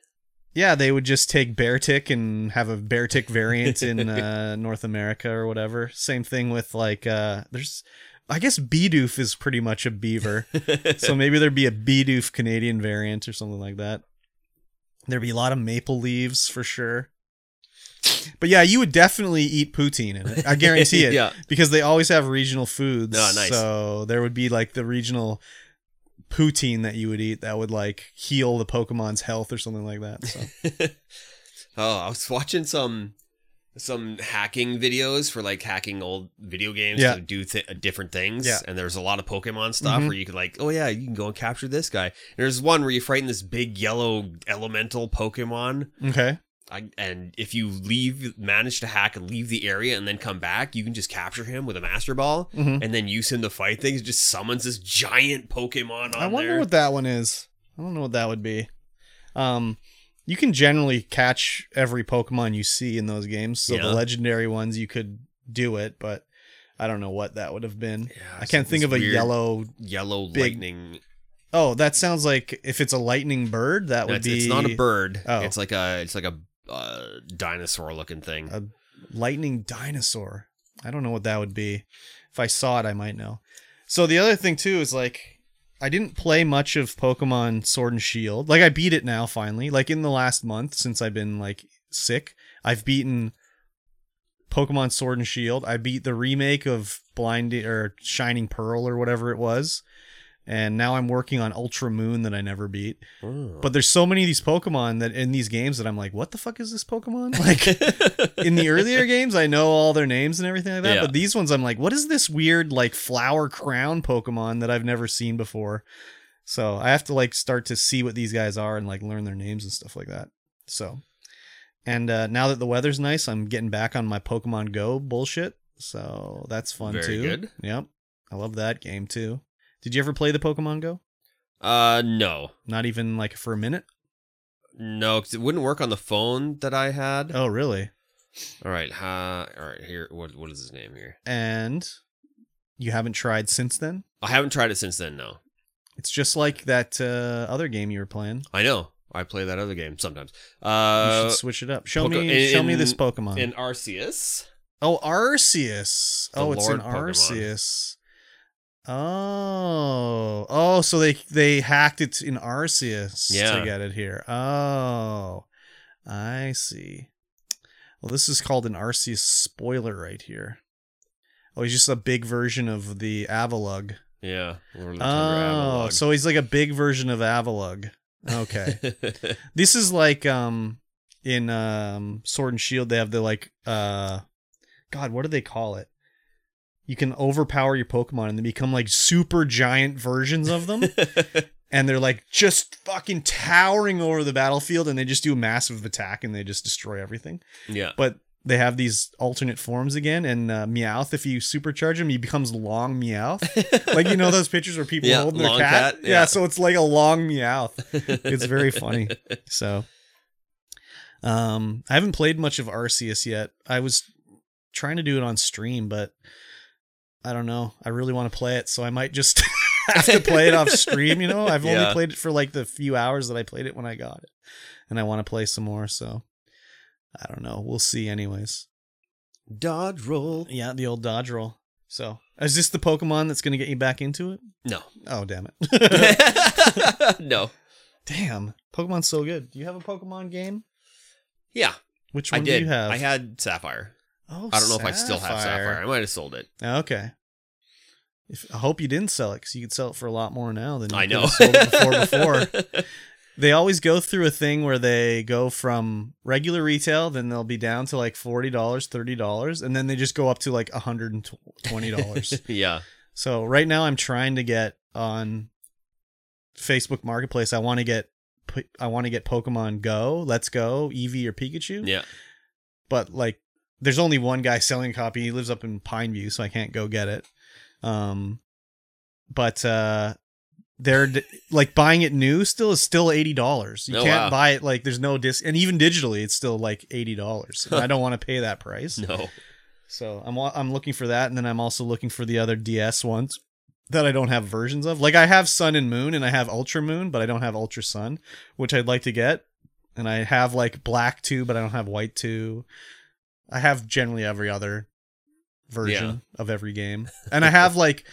Speaker 2: yeah, they would just take Bear Tick and have a Bear Tick variant in uh, North America or whatever. Same thing with like uh, there's, I guess Bidoof is pretty much a beaver.
Speaker 1: [LAUGHS]
Speaker 2: so maybe there'd be a Bidoof Canadian variant or something like that. There'd be a lot of maple leaves for sure. But yeah, you would definitely eat poutine in it. I
Speaker 1: [LAUGHS]
Speaker 2: guarantee it.
Speaker 1: yeah.
Speaker 2: Because they always have regional foods.
Speaker 1: Oh, nice.
Speaker 2: So there would be like the regional poutine that you would eat that would like heal the Pokemon's health or something like that. So
Speaker 1: [LAUGHS] oh, I was watching some some hacking videos for like hacking old video games
Speaker 2: Yeah.
Speaker 1: to do th- different things.
Speaker 2: Yeah.
Speaker 1: And there's a lot of Pokemon stuff
Speaker 2: Mhm.
Speaker 1: where you could like, oh yeah, you can go and capture this guy. And there's one where you frighten this big yellow elemental Pokemon.
Speaker 2: Okay.
Speaker 1: I, and if you leave, manage to hack and leave the area and then come back, you can just capture him with a Master Ball
Speaker 2: hmm
Speaker 1: and then use him to fight things. It just summons this giant Pokemon on
Speaker 2: I wonder
Speaker 1: there.
Speaker 2: what that one is. I don't know what that would be. Um, you can generally catch every Pokemon you see in those games. So
Speaker 1: Yeah.
Speaker 2: the legendary ones, you could do it, but I don't know what that would have been.
Speaker 1: Yeah,
Speaker 2: I
Speaker 1: it's
Speaker 2: can't
Speaker 1: like
Speaker 2: think
Speaker 1: this
Speaker 2: of a
Speaker 1: weird
Speaker 2: yellow.
Speaker 1: yellow
Speaker 2: big-
Speaker 1: lightning.
Speaker 2: Oh, that sounds like if it's a lightning bird, that
Speaker 1: No,
Speaker 2: would
Speaker 1: it's,
Speaker 2: be
Speaker 1: it's not a bird.
Speaker 2: Oh.
Speaker 1: It's like a it's like a uh, dinosaur looking thing.
Speaker 2: A- lightning dinosaur. I don't know what that would be. If I saw it, I might know. So the other thing too is like I didn't play much of Pokemon Sword and Shield. Like I beat it now finally. Like in the last month since I've been like sick, I've beaten Pokemon Sword and Shield. I beat the remake of Blind or Shining Pearl or whatever it was. And now I'm working on Ultra Moon that I never beat.
Speaker 1: Oh.
Speaker 2: But there's so many of these Pokemon that in these games that I'm like, what the fuck is this Pokemon? [LAUGHS] Like in
Speaker 1: [LAUGHS]
Speaker 2: the earlier games, I know all their names and everything like that.
Speaker 1: Yeah.
Speaker 2: But these ones, I'm like, what is this weird like flower crown Pokemon that I've never seen before? So I have to like start to see what these guys are and like learn their names and stuff like that. So, and uh, now that the weather's nice, I'm getting back on my Pokemon Go bullshit. So that's fun
Speaker 1: Very
Speaker 2: too.
Speaker 1: good.
Speaker 2: Yep, I love that game too. Did you ever play the Pokemon Go?
Speaker 1: uh, no,
Speaker 2: Not even like for a minute.
Speaker 1: no, 'cause it wouldn't work on the phone that I had.
Speaker 2: Oh, really?
Speaker 1: All right, uh, all right. Here, what what is his name here?
Speaker 2: And you haven't tried since then?
Speaker 1: I haven't tried it since then. No,
Speaker 2: It's just like that uh, other game you were playing.
Speaker 1: I know I play that other game sometimes.
Speaker 2: You
Speaker 1: Uh,
Speaker 2: should um, switch it up. Show
Speaker 1: Poke-
Speaker 2: me, show me
Speaker 1: in-
Speaker 2: this Pokemon.
Speaker 1: in Arceus.
Speaker 2: oh, Arceus.
Speaker 1: The
Speaker 2: Oh, it's
Speaker 1: Lord
Speaker 2: an
Speaker 1: Pokemon.
Speaker 2: Arceus. Oh, oh, so they they hacked it in Arceus
Speaker 1: Yeah.
Speaker 2: to get it here. Oh, I see. Well, this is called an Arceus spoiler right here. Oh, he's just a big version of the Avalug.
Speaker 1: Yeah. Lord of the
Speaker 2: Oh,
Speaker 1: Thunder
Speaker 2: so he's like a big version of Avalug. Okay.
Speaker 1: Avalon.
Speaker 2: this is like um in um Sword and Shield they have the like uh God, what do they call it? You can overpower your Pokemon and they become like super giant versions of
Speaker 1: [LAUGHS]
Speaker 2: them. and they're like just fucking towering over the battlefield and they just do a massive attack and they just destroy everything.
Speaker 1: [LAUGHS] yeah.
Speaker 2: But they have these alternate forms again and uh, Meowth, if you supercharge him, he becomes long Meowth. like you know those pictures where people
Speaker 1: Yeah,
Speaker 2: hold their
Speaker 1: long
Speaker 2: cat?
Speaker 1: cat,
Speaker 2: Yeah.
Speaker 1: yeah.
Speaker 2: so it's like a long Meowth. It's
Speaker 1: [LAUGHS]
Speaker 2: very funny. So um I haven't played much of Arceus yet. I was trying to do it on stream, but I don't know. I really want to play it, so I might just [LAUGHS] have to play it off stream, you know? I've only
Speaker 1: Yeah.
Speaker 2: played it for like the few hours that I played it when I got it. And I want to play some more, so I don't know. We'll see anyways.
Speaker 1: Dodge roll.
Speaker 2: Yeah, the old dodge roll. So, is this the Pokemon that's going to get you back into it?
Speaker 1: No.
Speaker 2: Oh, damn it. [LAUGHS]
Speaker 1: [LAUGHS] no.
Speaker 2: damn. Pokemon's so good. Do you have a Pokemon game?
Speaker 1: Yeah,
Speaker 2: Which
Speaker 1: I
Speaker 2: one
Speaker 1: did.
Speaker 2: do you have?
Speaker 1: I had Sapphire.
Speaker 2: oh,
Speaker 1: I don't know if I still have Sapphire. I might have sold it.
Speaker 2: Okay. If, I hope you didn't sell it because you could sell it for a lot more now than you
Speaker 1: I
Speaker 2: could
Speaker 1: know.
Speaker 2: have sold it
Speaker 1: [LAUGHS]
Speaker 2: before. Before they always go through a thing where they go from regular retail, then they'll be down to like forty dollars, thirty dollars, and then they just go up to like hundred and twenty dollars.
Speaker 1: [LAUGHS] yeah.
Speaker 2: So right now I'm trying to get on Facebook Marketplace. I want to get P- I want to get Pokemon Go, Let's Go, Eevee or Pikachu.
Speaker 1: Yeah.
Speaker 2: But like there's only one guy selling a copy. He lives up in Pineview, so I can't go get it. Um but uh they're d- like buying it new still is still $80. You
Speaker 1: Oh,
Speaker 2: can't
Speaker 1: wow.
Speaker 2: buy it like there's no dis and even digitally it's still like
Speaker 1: [LAUGHS]
Speaker 2: $80. And I don't want to pay that price. [LAUGHS]
Speaker 1: No. [LAUGHS]
Speaker 2: So I'm wa- I'm looking for that, and then I'm also looking for the other DS ones that I don't have versions of. Like I have Sun and Moon, and I have Ultra Moon, but I don't have Ultra Sun, which I'd like to get. And I have like Black Two, but I don't have White Two. I have generally every other version of every game, and I have like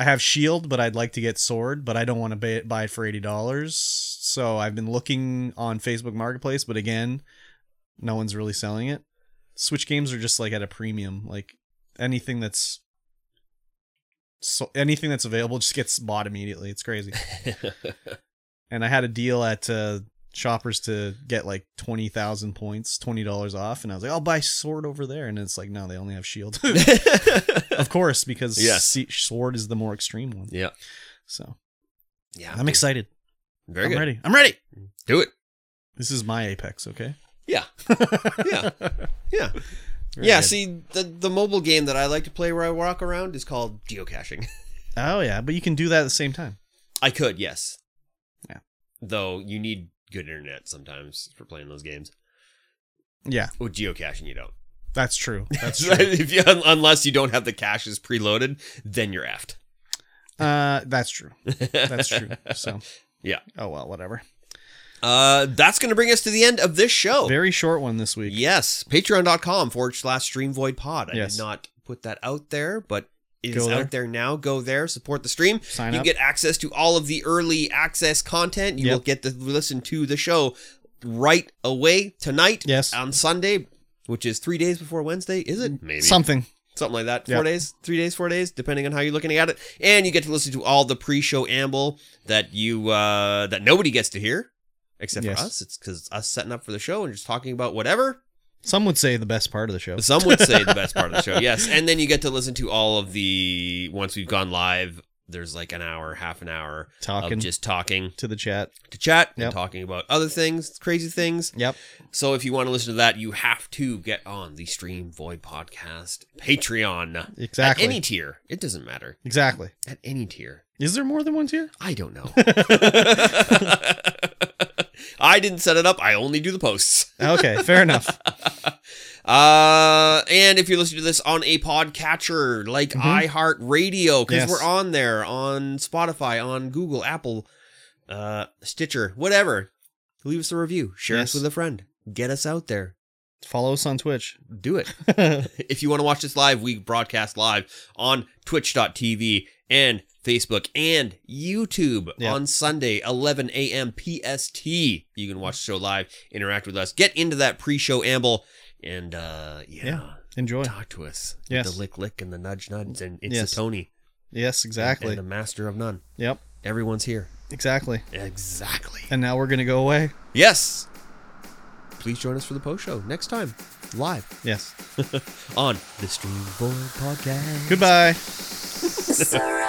Speaker 2: I have Shield, but I'd like to get Sword, but I don't want to buy it, buy it for eighty dollars. So I've been looking on Facebook Marketplace, but again, no one's really selling it. Switch games are just like at a premium. Like anything that's so anything that's available just gets bought immediately. It's
Speaker 1: [LAUGHS]
Speaker 2: crazy. And I had a deal at uh, Shoppers to get like twenty thousand points, twenty dollars off, and I was like, I'll buy Sword over there, and it's like, no, they only have Shield,
Speaker 1: [LAUGHS]
Speaker 2: of course, because
Speaker 1: Yes.
Speaker 2: Se- Sword is the more extreme one.
Speaker 1: yeah.
Speaker 2: So
Speaker 1: Yeah.
Speaker 2: I'm excited.
Speaker 1: Very
Speaker 2: I'm
Speaker 1: good.
Speaker 2: ready. Mm. I'm ready.
Speaker 1: Do it.
Speaker 2: This is my apex. Okay.
Speaker 1: Yeah. Yeah. Yeah.
Speaker 2: [LAUGHS] Very
Speaker 1: yeah.
Speaker 2: good.
Speaker 1: See, the the mobile game that I like to play where I walk around is called geocaching. [LAUGHS]
Speaker 2: Oh yeah, but you can do that at the same time.
Speaker 1: I could, yes.
Speaker 2: Yeah.
Speaker 1: Though you need good internet sometimes for playing those games.
Speaker 2: Yeah,
Speaker 1: With geocaching, you don't.
Speaker 2: that's
Speaker 1: [LAUGHS]
Speaker 2: true. That's true.
Speaker 1: if you, un- unless you don't have the caches preloaded, then you're aft.
Speaker 2: Uh, that's true. That's true. So,
Speaker 1: [LAUGHS] Yeah.
Speaker 2: Oh well, whatever. [LAUGHS]
Speaker 1: Uh, that's going to bring us to the end of this show.
Speaker 2: Very short one this week.
Speaker 1: yes, patreon.com forward slash streamvoid pod. I
Speaker 2: Yes.
Speaker 1: did not put that out there, but it is
Speaker 2: Go there.
Speaker 1: out there now. Go there, support the stream.
Speaker 2: Sign
Speaker 1: you
Speaker 2: up.
Speaker 1: get access to all of the early access content. You
Speaker 2: Yep.
Speaker 1: will get to listen to the show right away tonight
Speaker 2: yes.
Speaker 1: on Sunday, which is three days before Wednesday, is
Speaker 2: Mm,
Speaker 1: it? Maybe.
Speaker 2: Something.
Speaker 1: something like that. Four
Speaker 2: Yep.
Speaker 1: days, three days, four days, depending on how you're looking at it. And you get to listen to all the pre-show amble that you uh, that nobody gets to hear except
Speaker 2: Yes.
Speaker 1: for us. It's because us setting up for the show and just talking about whatever.
Speaker 2: Some would say the best part of the show.
Speaker 1: Some would say the best part of
Speaker 2: [LAUGHS]
Speaker 1: the show, yes. And then you get to listen to all of the once we've gone live. There's like an hour, half an hour
Speaker 2: Talking
Speaker 1: of just talking
Speaker 2: to the chat.
Speaker 1: to chat
Speaker 2: Yep.
Speaker 1: and talking about other things, crazy things.
Speaker 2: Yep.
Speaker 1: So if you want to listen to that, you have to get on the Stream Void Podcast Patreon.
Speaker 2: Exactly.
Speaker 1: At any tier. It doesn't matter.
Speaker 2: exactly.
Speaker 1: At any tier.
Speaker 2: Is there more than one tier?
Speaker 1: I don't know. [LAUGHS] I didn't set it up. I only do the posts.
Speaker 2: [LAUGHS] Okay, fair enough.
Speaker 1: Uh, and if you're listening to this on a podcatcher like
Speaker 2: Mhm.
Speaker 1: iHeartRadio, because
Speaker 2: Yes.
Speaker 1: we're on there, on Spotify, on Google, Apple, uh, Stitcher, whatever, leave us a review. Share
Speaker 2: Yes.
Speaker 1: us with a friend. Get us out there.
Speaker 2: Follow us on [LAUGHS] Twitch.
Speaker 1: Do it. if you want to watch this live, we broadcast live on twitch.tv and Facebook and YouTube
Speaker 2: Yeah.
Speaker 1: on Sunday, 11 a.m. PST. You can watch the show live, interact with us, get into that pre show amble, and uh, yeah,
Speaker 2: Yeah. Enjoy.
Speaker 1: Talk to us. With
Speaker 2: Yes.
Speaker 1: The lick lick and the nudge nudge and it's
Speaker 2: Yes.
Speaker 1: a Tony.
Speaker 2: Yes, exactly.
Speaker 1: And um, the master of none.
Speaker 2: Yep,
Speaker 1: Everyone's here.
Speaker 2: exactly.
Speaker 1: Exactly.
Speaker 2: And now we're gonna go away.
Speaker 1: Yes. Please join us for the post show next time, live
Speaker 2: Yes.
Speaker 1: on the Streamboard Podcast.
Speaker 2: Goodbye.
Speaker 3: Sorry.